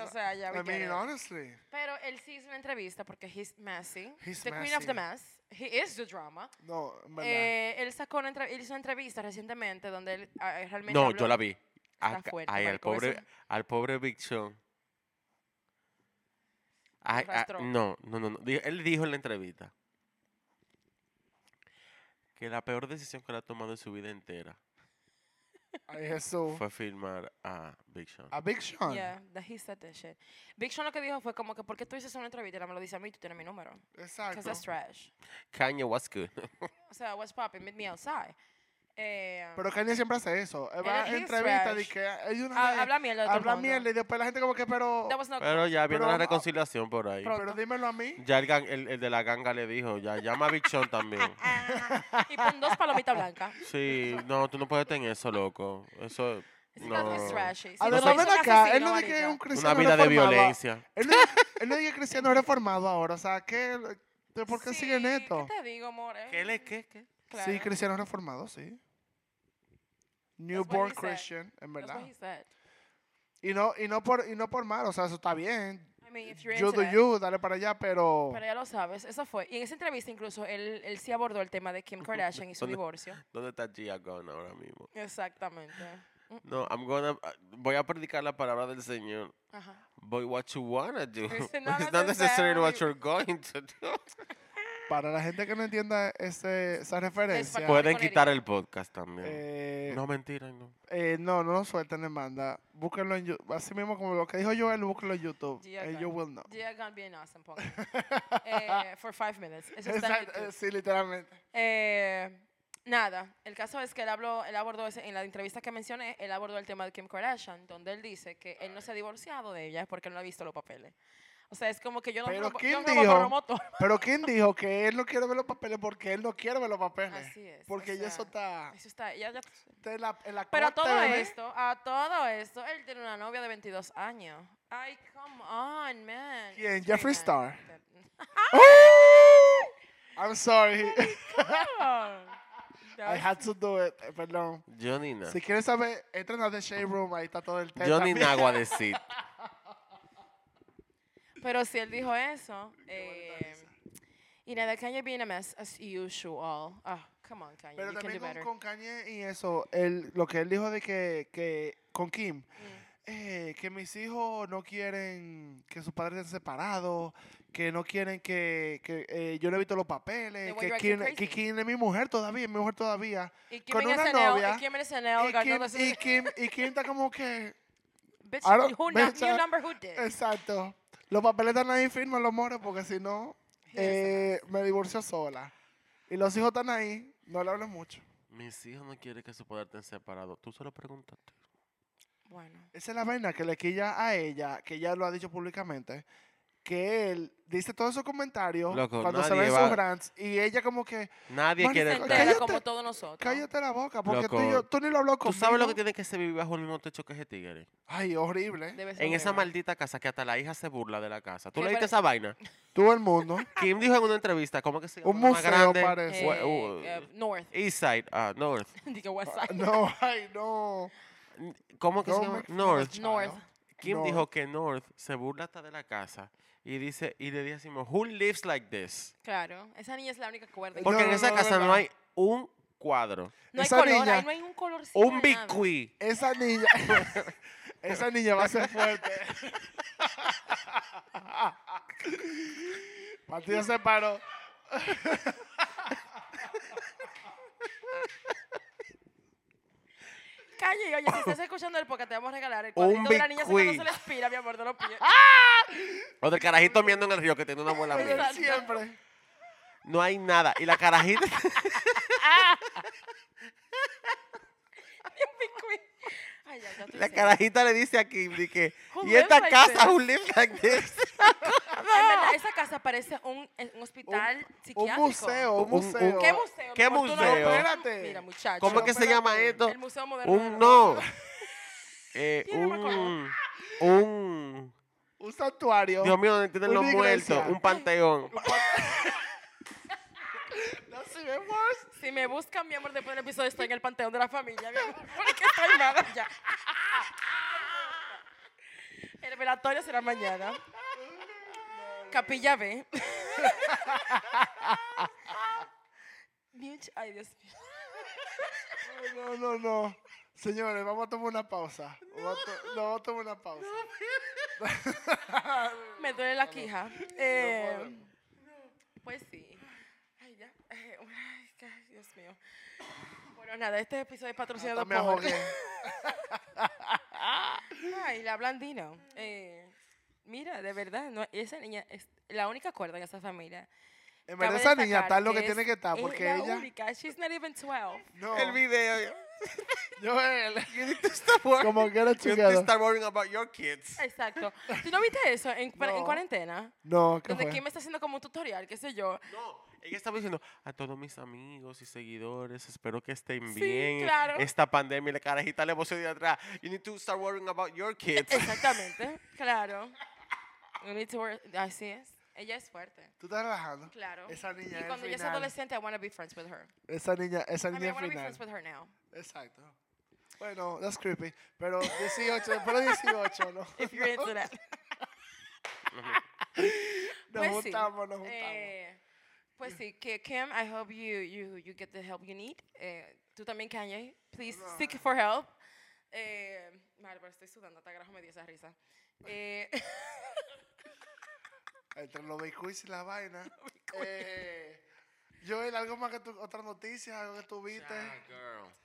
Speaker 2: O sea, ya
Speaker 1: I
Speaker 2: me
Speaker 1: mean,
Speaker 2: quedé.
Speaker 1: honestly.
Speaker 2: Pero él sí hizo una entrevista porque he's messy.
Speaker 1: He's
Speaker 2: the queen of
Speaker 1: messy.
Speaker 2: the mess. He is the drama.
Speaker 1: No, en verdad.
Speaker 2: Eh, él sacó una entrev- él hizo una entrevista recientemente donde él ah, eh, realmente
Speaker 3: No,
Speaker 2: habló-
Speaker 3: yo la vi.
Speaker 2: Está
Speaker 3: Aca-
Speaker 2: fuerte,
Speaker 3: ay, al
Speaker 2: marico, eso-
Speaker 3: pobre, al pobre Big Sean. Ay, ah,
Speaker 2: Arrastró.
Speaker 3: no, no, no, no. Di- Él dijo en la entrevista que la peor decisión que él ha tomado en su vida entera
Speaker 1: Ay, Jesús.
Speaker 3: fue filmar a Big Sean.
Speaker 1: A Big Sean.
Speaker 2: Yeah, that he said that shit. Big Sean lo que dijo fue como que ¿por qué tú hiciste una entrevista? Y ahora me lo dice a mí, tú tienes mi número. Because that's
Speaker 1: Exacto.
Speaker 2: trash.
Speaker 3: Kanye was good.
Speaker 2: O sea, what's popping? Meet me outside. Eh,
Speaker 1: Pero Kanye siempre hace eso. Él va
Speaker 2: Él-
Speaker 1: a
Speaker 2: he's
Speaker 1: entrevistas
Speaker 2: trash.
Speaker 1: y que hay una
Speaker 2: ha-
Speaker 1: vez,
Speaker 2: habla mierda de todo el
Speaker 1: habla
Speaker 2: mundo.
Speaker 1: mierda y después la gente como que, pero,
Speaker 2: That was not
Speaker 3: Pero ya viene
Speaker 1: Pero
Speaker 3: la
Speaker 1: vamos a-
Speaker 3: reconciliación por ahí.
Speaker 2: Pro-
Speaker 1: pero dímelo a mí.
Speaker 3: Ya el, gan- el, el de la ganga le dijo, ya llama a Big Sean también.
Speaker 2: Y pon dos palomitas blancas.
Speaker 3: Sí, no, tú no puedes tener eso, loco. Eso,
Speaker 2: It's not-
Speaker 3: no.
Speaker 2: it's trashy. Si no
Speaker 1: Además,
Speaker 2: soy
Speaker 1: ven
Speaker 2: un
Speaker 1: acá, él
Speaker 2: asesino,
Speaker 1: no dice que es un
Speaker 2: marica.
Speaker 1: cristiano
Speaker 3: Una vida de
Speaker 1: reformado.
Speaker 3: violencia.
Speaker 1: Él no dice- él no dice que cristiano es reformado ahora, o sea, ¿qué, de ¿por qué
Speaker 2: Sí,
Speaker 1: siguen esto?
Speaker 2: ¿Qué te digo, more?
Speaker 3: ¿Qué le qué? qué?
Speaker 1: Sí, cristiano reformado, sí. Newborn
Speaker 2: what he said.
Speaker 1: Christian,
Speaker 2: That's
Speaker 1: en verdad.
Speaker 2: what he said.
Speaker 1: Y no, y no por, y no por mal, o sea, eso está bien.
Speaker 2: I mean, if you're
Speaker 1: You
Speaker 2: into
Speaker 1: do
Speaker 2: that.
Speaker 1: you, dale para allá, pero.
Speaker 2: Pero ya lo sabes, eso fue. Y en esa entrevista incluso él, él sí abordó el tema de Kim Kardashian y su
Speaker 3: ¿Dónde?
Speaker 2: divorcio.
Speaker 3: ¿Dónde está Gia Gunn ahora mismo?
Speaker 2: Exactamente.
Speaker 3: No, I'm gonna, ah, voy a predicar la palabra del Señor.
Speaker 2: Ajá.
Speaker 3: But what you wanna do.
Speaker 2: It's
Speaker 3: It's
Speaker 2: not
Speaker 3: not, necessarily
Speaker 2: necessarily-
Speaker 3: what you're going to do.
Speaker 1: Para la gente que no entienda ese, esa referencia,
Speaker 2: Puede-
Speaker 3: Pueden quitar el podcast también.
Speaker 1: eh,
Speaker 3: no, mentira, no.
Speaker 1: eh, no, no lo suelten en banda. Búsquenlo en YouTube. Así mismo como lo que dijo Joel, búsquenlo en YouTube.
Speaker 2: Gia
Speaker 1: and
Speaker 2: Gunn.
Speaker 1: you will know.
Speaker 2: Gia Gunn being awesome, pongan. eh, for five minutes. Eso está en
Speaker 1: Exacto,
Speaker 2: YouTube.
Speaker 1: eh, sí, literalmente.
Speaker 2: Eh, nada, el caso es que él habló, él abordó ese- en la entrevista que mencioné, él abordó el tema de Kim Kardashian, donde él dice que él no se ha divorciado de ella porque él no ha visto los papeles. O sea, es como que yo no
Speaker 1: Pero
Speaker 2: robo-
Speaker 1: ¿quién
Speaker 2: yo robo
Speaker 1: dijo?
Speaker 2: robo motor.
Speaker 1: Pero ¿quién dijo que él no quiere ver los papeles porque él no quiere ver los papeles?
Speaker 2: Así es, o
Speaker 1: Porque ya
Speaker 2: sea,
Speaker 1: eso está,
Speaker 2: Eso está, ya- ya-
Speaker 1: está en la, en la
Speaker 2: Pero a
Speaker 1: corte,
Speaker 2: todo
Speaker 1: bebé.
Speaker 2: esto, a todo esto, él tiene una novia de 22 años. Ay, come on, man.
Speaker 1: ¿Quién?
Speaker 2: It's very
Speaker 1: Jeffree Star.
Speaker 2: nice.
Speaker 1: I'm sorry.
Speaker 2: Oh,
Speaker 1: I
Speaker 2: that's-
Speaker 1: had to do it. eh, Perdón.
Speaker 3: Johnny Na.
Speaker 1: Si quieren saber, entren a The Shade Room. Ahí está todo el tema.
Speaker 3: Johnny
Speaker 1: también.
Speaker 3: Nagua de Sid.
Speaker 2: Pero si él dijo eso, eh, y nada, Kanye being a mess as usual. Ah, come on, Kanye,
Speaker 1: Pero
Speaker 2: you can do
Speaker 1: también
Speaker 2: better.
Speaker 1: con, con Kanye y eso, él, lo que él dijo de que, que con Kim,
Speaker 2: Mm.
Speaker 1: eh, que mis hijos no quieren que sus padres estén separados, que no quieren que, que, eh, yo le evito los papeles,
Speaker 2: want
Speaker 1: que
Speaker 2: you acting
Speaker 1: Kim,
Speaker 2: crazy.
Speaker 1: que Kim es mi mujer todavía, es mi mujer todavía.
Speaker 2: Y Kim
Speaker 1: con
Speaker 2: en
Speaker 1: una
Speaker 2: SNL,
Speaker 1: novia,
Speaker 2: y Kim en
Speaker 1: Y
Speaker 2: SNL,
Speaker 1: Kim,
Speaker 2: ganando ese-
Speaker 1: y, Kim, y Kim está como que,
Speaker 2: Bitch,
Speaker 1: I don't- uh,
Speaker 2: who kno-
Speaker 1: bitch,
Speaker 2: you
Speaker 1: I-
Speaker 2: number who did.
Speaker 1: exacto, los papeles están ahí, firman los moros, porque si no,
Speaker 2: He is a
Speaker 1: eh, me divorcio sola. Y los hijos están ahí, no le hablen mucho.
Speaker 3: Mis hijos no quieren que su poder estén separados. Tú se lo preguntaste.
Speaker 2: Bueno,
Speaker 1: Esa es la vaina que le quilla a ella, que ella lo ha dicho públicamente, que él dice todos esos comentarios
Speaker 3: Loco,
Speaker 1: cuando se
Speaker 3: nadie
Speaker 1: ven
Speaker 3: va-
Speaker 1: sus rants y ella como que,
Speaker 3: Nadie
Speaker 1: Mano,
Speaker 3: quiere
Speaker 2: se
Speaker 1: Pero
Speaker 3: estar.
Speaker 2: entera
Speaker 1: cállate.
Speaker 2: como todos nosotros.
Speaker 1: cállate la boca, porque tú, y
Speaker 3: Loco,
Speaker 1: yo- tú ni lo habló
Speaker 3: Tú
Speaker 1: conmigo.
Speaker 3: sabes lo que tiene que ser vivir bajo el mismo techo que ese tigre.
Speaker 1: Ay, horrible.
Speaker 2: Debe ser
Speaker 3: En esa
Speaker 2: horrible.
Speaker 3: maldita casa que hasta la hija se burla de la casa. ¿Tú
Speaker 2: Que
Speaker 3: leíste
Speaker 2: pare-
Speaker 3: esa vaina?
Speaker 1: Todo el mundo.
Speaker 3: Kim dijo en una entrevista, ¿cómo que se llama?
Speaker 1: Un
Speaker 3: la más
Speaker 1: museo
Speaker 3: grande?
Speaker 1: parece.
Speaker 3: Wa-
Speaker 2: Eh,
Speaker 3: uh,
Speaker 2: eh, North.
Speaker 3: Eastside, ah, North.
Speaker 2: Dije West Side.
Speaker 1: Ah, No, ay, no.
Speaker 3: ¿Cómo que se
Speaker 1: Don't
Speaker 3: llama?
Speaker 1: make fun of
Speaker 3: North.
Speaker 1: the
Speaker 2: North.
Speaker 1: child.
Speaker 3: Kim
Speaker 1: North.
Speaker 3: dijo que North se burla hasta de la casa y dice y le decimos, "Who lives like this?"
Speaker 2: Claro, esa niña es la única cuerda.
Speaker 1: No,
Speaker 3: Porque en
Speaker 1: no,
Speaker 3: esa
Speaker 1: no,
Speaker 3: casa
Speaker 1: no.
Speaker 3: no hay un cuadro,
Speaker 2: no hay
Speaker 1: esa
Speaker 2: color,
Speaker 1: niña-
Speaker 2: ahí no hay un colorcito.
Speaker 3: un
Speaker 2: de nada.
Speaker 3: bicuí.
Speaker 1: Esa niña, esa niña va a ser fuerte. Partido se paró.
Speaker 2: Calle, oye, si estás escuchando el podcast, te vamos a regalar el
Speaker 3: Un
Speaker 2: cuadrito de la niña
Speaker 3: bicuí.
Speaker 2: sacándose la espira, mi amor, de los pies.
Speaker 3: O del carajito viendo en el río que tiene una abuela
Speaker 1: Pero
Speaker 3: mía.
Speaker 1: él siempre.
Speaker 3: No hay nada y la carajita
Speaker 2: Un bicuí. Ay, ya, ya estoy
Speaker 3: la
Speaker 2: seria.
Speaker 3: carajita le dice a Kim di que,
Speaker 2: Who
Speaker 3: "Y
Speaker 2: lives
Speaker 3: esta
Speaker 2: like
Speaker 3: casa
Speaker 2: this?"
Speaker 3: who lives like this?"
Speaker 2: En verdad, esa casa parece un, eh, un hospital
Speaker 1: Un
Speaker 2: psiquiátrico.
Speaker 1: museo, un
Speaker 3: Un- un-
Speaker 1: museo.
Speaker 2: ¿Qué museo?
Speaker 3: ¿Qué
Speaker 2: mi amor? Tú no-
Speaker 3: museo?
Speaker 1: Espérate.
Speaker 2: Mira, muchacho.
Speaker 3: ¿Cómo es que se
Speaker 1: Pero
Speaker 3: llama
Speaker 1: espérate.
Speaker 3: esto?
Speaker 2: El museo moderno. de
Speaker 3: Un
Speaker 2: los-
Speaker 3: no. Eh,
Speaker 2: Tiene más
Speaker 3: un un
Speaker 1: Un santuario.
Speaker 3: Dios mío, ¿dónde tienen
Speaker 1: Una
Speaker 3: los
Speaker 1: iglesia.
Speaker 3: muertos? Un panteón.
Speaker 1: No, si ven worse.
Speaker 2: Si me buscan, mi amor, después del episodio estoy en el panteón de la familia, mi amor, porque estoy mala ya. El velatorio será mañana. Capilla B. Bitch, Ay, Dios mío.
Speaker 1: No, no, no. Señores, vamos a tomar una pausa. Vamos a to- No, vamos a tomar una pausa.
Speaker 2: Me duele
Speaker 1: Ah,
Speaker 2: la quija. Eh, pues sí. Ay, ya. Ay, ay, Dios mío. Bueno, nada, este episodio es patrocinado
Speaker 1: Hasta me
Speaker 2: por...
Speaker 1: ahogué.
Speaker 2: Ay, la blandina. Eh, mira, de verdad, no, esa niña es la única cuerda en esa familia.
Speaker 1: En
Speaker 2: Cabe
Speaker 1: verdad, esa niña
Speaker 2: destacar
Speaker 1: está lo que tiene
Speaker 2: es-
Speaker 1: que estar,
Speaker 2: es
Speaker 1: porque
Speaker 2: la
Speaker 1: ella.
Speaker 2: única. She's not even 12.
Speaker 1: No,
Speaker 3: El video.
Speaker 1: yo él.
Speaker 3: You need to stop worrying.
Speaker 1: Como que era
Speaker 3: You need to
Speaker 1: chingada.
Speaker 3: start worrying about your kids.
Speaker 2: Exacto. ¿Tú no viste eso en, cua- en
Speaker 1: No.
Speaker 2: cuarentena?
Speaker 1: No, ¿qué
Speaker 2: Donde
Speaker 1: fue?
Speaker 2: Kim está haciendo como un tutorial, qué sé yo.
Speaker 3: No, ella estaba diciendo a todos mis amigos y seguidores, espero que estén
Speaker 2: Sí,
Speaker 3: bien.
Speaker 2: claro.
Speaker 3: Esta pandemia y la carajita le puso de atrás. You need to start worrying about your kids.
Speaker 2: Exactamente. claro. You need to work- Así es. Ella es fuerte.
Speaker 1: ¿Tú estás relajando?
Speaker 2: Claro.
Speaker 1: Esa niña
Speaker 2: y
Speaker 1: es
Speaker 2: cuando ella es
Speaker 1: final.
Speaker 2: adolescente, I want to be friends with her.
Speaker 1: Esa niña, esa
Speaker 2: I mean, I
Speaker 1: niña
Speaker 2: want to be
Speaker 1: es
Speaker 2: friends with
Speaker 1: final.
Speaker 2: her now.
Speaker 1: Exacto. Bueno, that's creepy. Pero 18, después de 18, ¿no?
Speaker 2: If you're into that.
Speaker 1: Nos
Speaker 2: Pues sí.
Speaker 1: juntamos, nos juntamos.
Speaker 2: Eh, pues sí, que Kim, I hope you, you, you get the help you need. Eh, tú también, Kanye, please seek for help. Eh, madre, pero estoy sudando, hasta grajo me dio esa risa. Eh,
Speaker 1: Entre los bicuis y la vaina. eh, Joel, algo más que tú, otra noticia, algo que tuviste.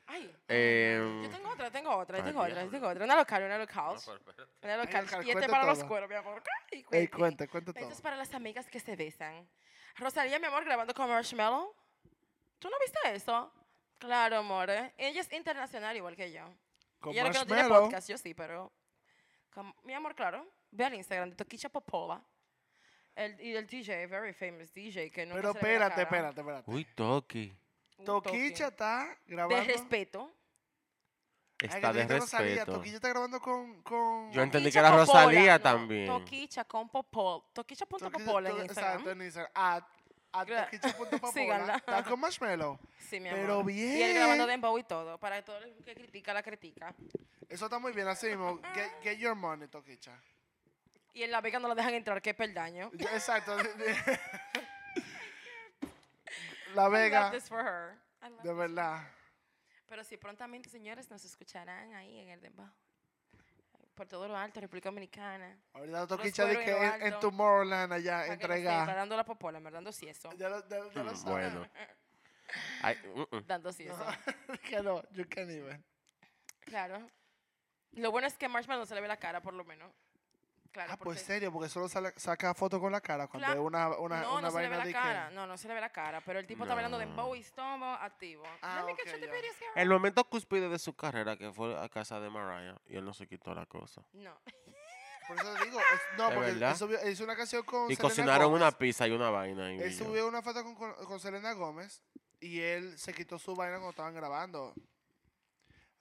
Speaker 2: ay,
Speaker 3: Em,
Speaker 2: Ah, yo tengo otra, tengo otra,
Speaker 3: ay,
Speaker 2: tengo otra,
Speaker 3: diablo.
Speaker 2: tengo otra. Una local, una
Speaker 3: no,
Speaker 2: local.
Speaker 3: pero espérate.
Speaker 2: Una local.
Speaker 1: local,
Speaker 2: Y este
Speaker 1: cuente
Speaker 2: para los
Speaker 1: todo.
Speaker 2: cueros, mi amor. Ay,
Speaker 1: Ey,
Speaker 2: cuente.
Speaker 1: cuente, cuente
Speaker 2: Esto
Speaker 1: todo.
Speaker 2: es para las amigas que se besan. Rosalía, mi amor, grabando con Marshmallow. ¿Tú no viste eso? Claro, amor. eh. Ella es internacional igual que yo.
Speaker 1: Con
Speaker 2: Ella lo que no tiene
Speaker 1: Marshmello,
Speaker 2: podcast, yo sí, pero... con- mi amor, claro. Ve al Instagram de Toquicha Popola. El, y el DJ, very famous DJ, que no
Speaker 1: Pero espérate, espérate, espérate.
Speaker 3: Uy, Toki.
Speaker 1: Toquicha está grabando.
Speaker 2: De respeto.
Speaker 3: Está de respeto.
Speaker 1: Toquicha está grabando con. con...
Speaker 3: Yo entendí que
Speaker 2: Toquicha
Speaker 3: era
Speaker 2: Popola,
Speaker 3: Rosalía
Speaker 2: no,
Speaker 3: también.
Speaker 2: Toquicha con Popola.
Speaker 1: Toquicha-
Speaker 2: Toquicha.popola en
Speaker 1: to-
Speaker 2: Instagram.
Speaker 1: Exacto, en Instagram. A, a
Speaker 2: Gra-
Speaker 1: toquicha.papola.
Speaker 2: Síganla.
Speaker 1: Está con Marshmallow.
Speaker 2: Sí, mi amor.
Speaker 1: Pero
Speaker 2: Y él grabando
Speaker 1: bien.
Speaker 2: dembow y todo. Para todo el que critica, la critica.
Speaker 1: Eso está muy bien, así mismo. Get, get your money, Toquicha.
Speaker 2: Y en la beca no la dejan entrar, qué peldaño.
Speaker 1: Yo- Exacto. La
Speaker 2: I
Speaker 1: Vega,
Speaker 2: love this for her. I love
Speaker 1: de
Speaker 2: this.
Speaker 1: verdad.
Speaker 2: Pero sí, prontamente, señores, nos escucharán ahí en el dembow. Por todo lo alto, República Dominicana.
Speaker 1: Ahorita Toquicha
Speaker 2: cueros
Speaker 1: dice
Speaker 2: y
Speaker 1: que
Speaker 2: lo
Speaker 1: en, en
Speaker 2: alto.
Speaker 1: Tomorrowland allá
Speaker 2: Para que lo sepa,
Speaker 1: entrega.
Speaker 2: dando la popola, en verdad, dando sieso.
Speaker 1: Ya lo, ya, lo- ya lo
Speaker 3: Mm,
Speaker 1: sabes.
Speaker 3: Bueno. Ay, mm, mm.
Speaker 2: Dando sieso.
Speaker 1: que no, you can't even.
Speaker 2: Claro. Lo bueno es que Marshmallow no se le ve la cara, por lo menos. Claro,
Speaker 1: Ah, pues
Speaker 2: porque-
Speaker 1: serio, porque solo sale- saca foto con la cara cuando
Speaker 2: Cla-
Speaker 1: es una, una,
Speaker 2: no,
Speaker 1: una
Speaker 2: no se le ve
Speaker 1: vaina
Speaker 2: la
Speaker 1: de
Speaker 2: cara.
Speaker 1: que.
Speaker 2: No, no se le ve la cara. Pero el tipo está bailando dembow y stombo activo.
Speaker 1: Ah,
Speaker 2: Let me get you
Speaker 1: ok,
Speaker 2: the
Speaker 1: ya. Eh,
Speaker 2: prettiest girl.
Speaker 3: El momento cúspide de su carrera que fue a casa de Mariah y él no se quitó la cosa.
Speaker 2: No.
Speaker 1: Por eso te digo, es- no,
Speaker 3: ¿De
Speaker 1: porque él
Speaker 3: verdad?
Speaker 1: subió- él hizo una canción con.
Speaker 3: Y
Speaker 1: Selena
Speaker 3: cocinaron
Speaker 1: Gomez.
Speaker 3: una pizza y una vaina. y
Speaker 1: Él
Speaker 3: yo-
Speaker 1: subió una foto con, con, con Selena Gómez y él se quitó su vaina cuando estaban grabando.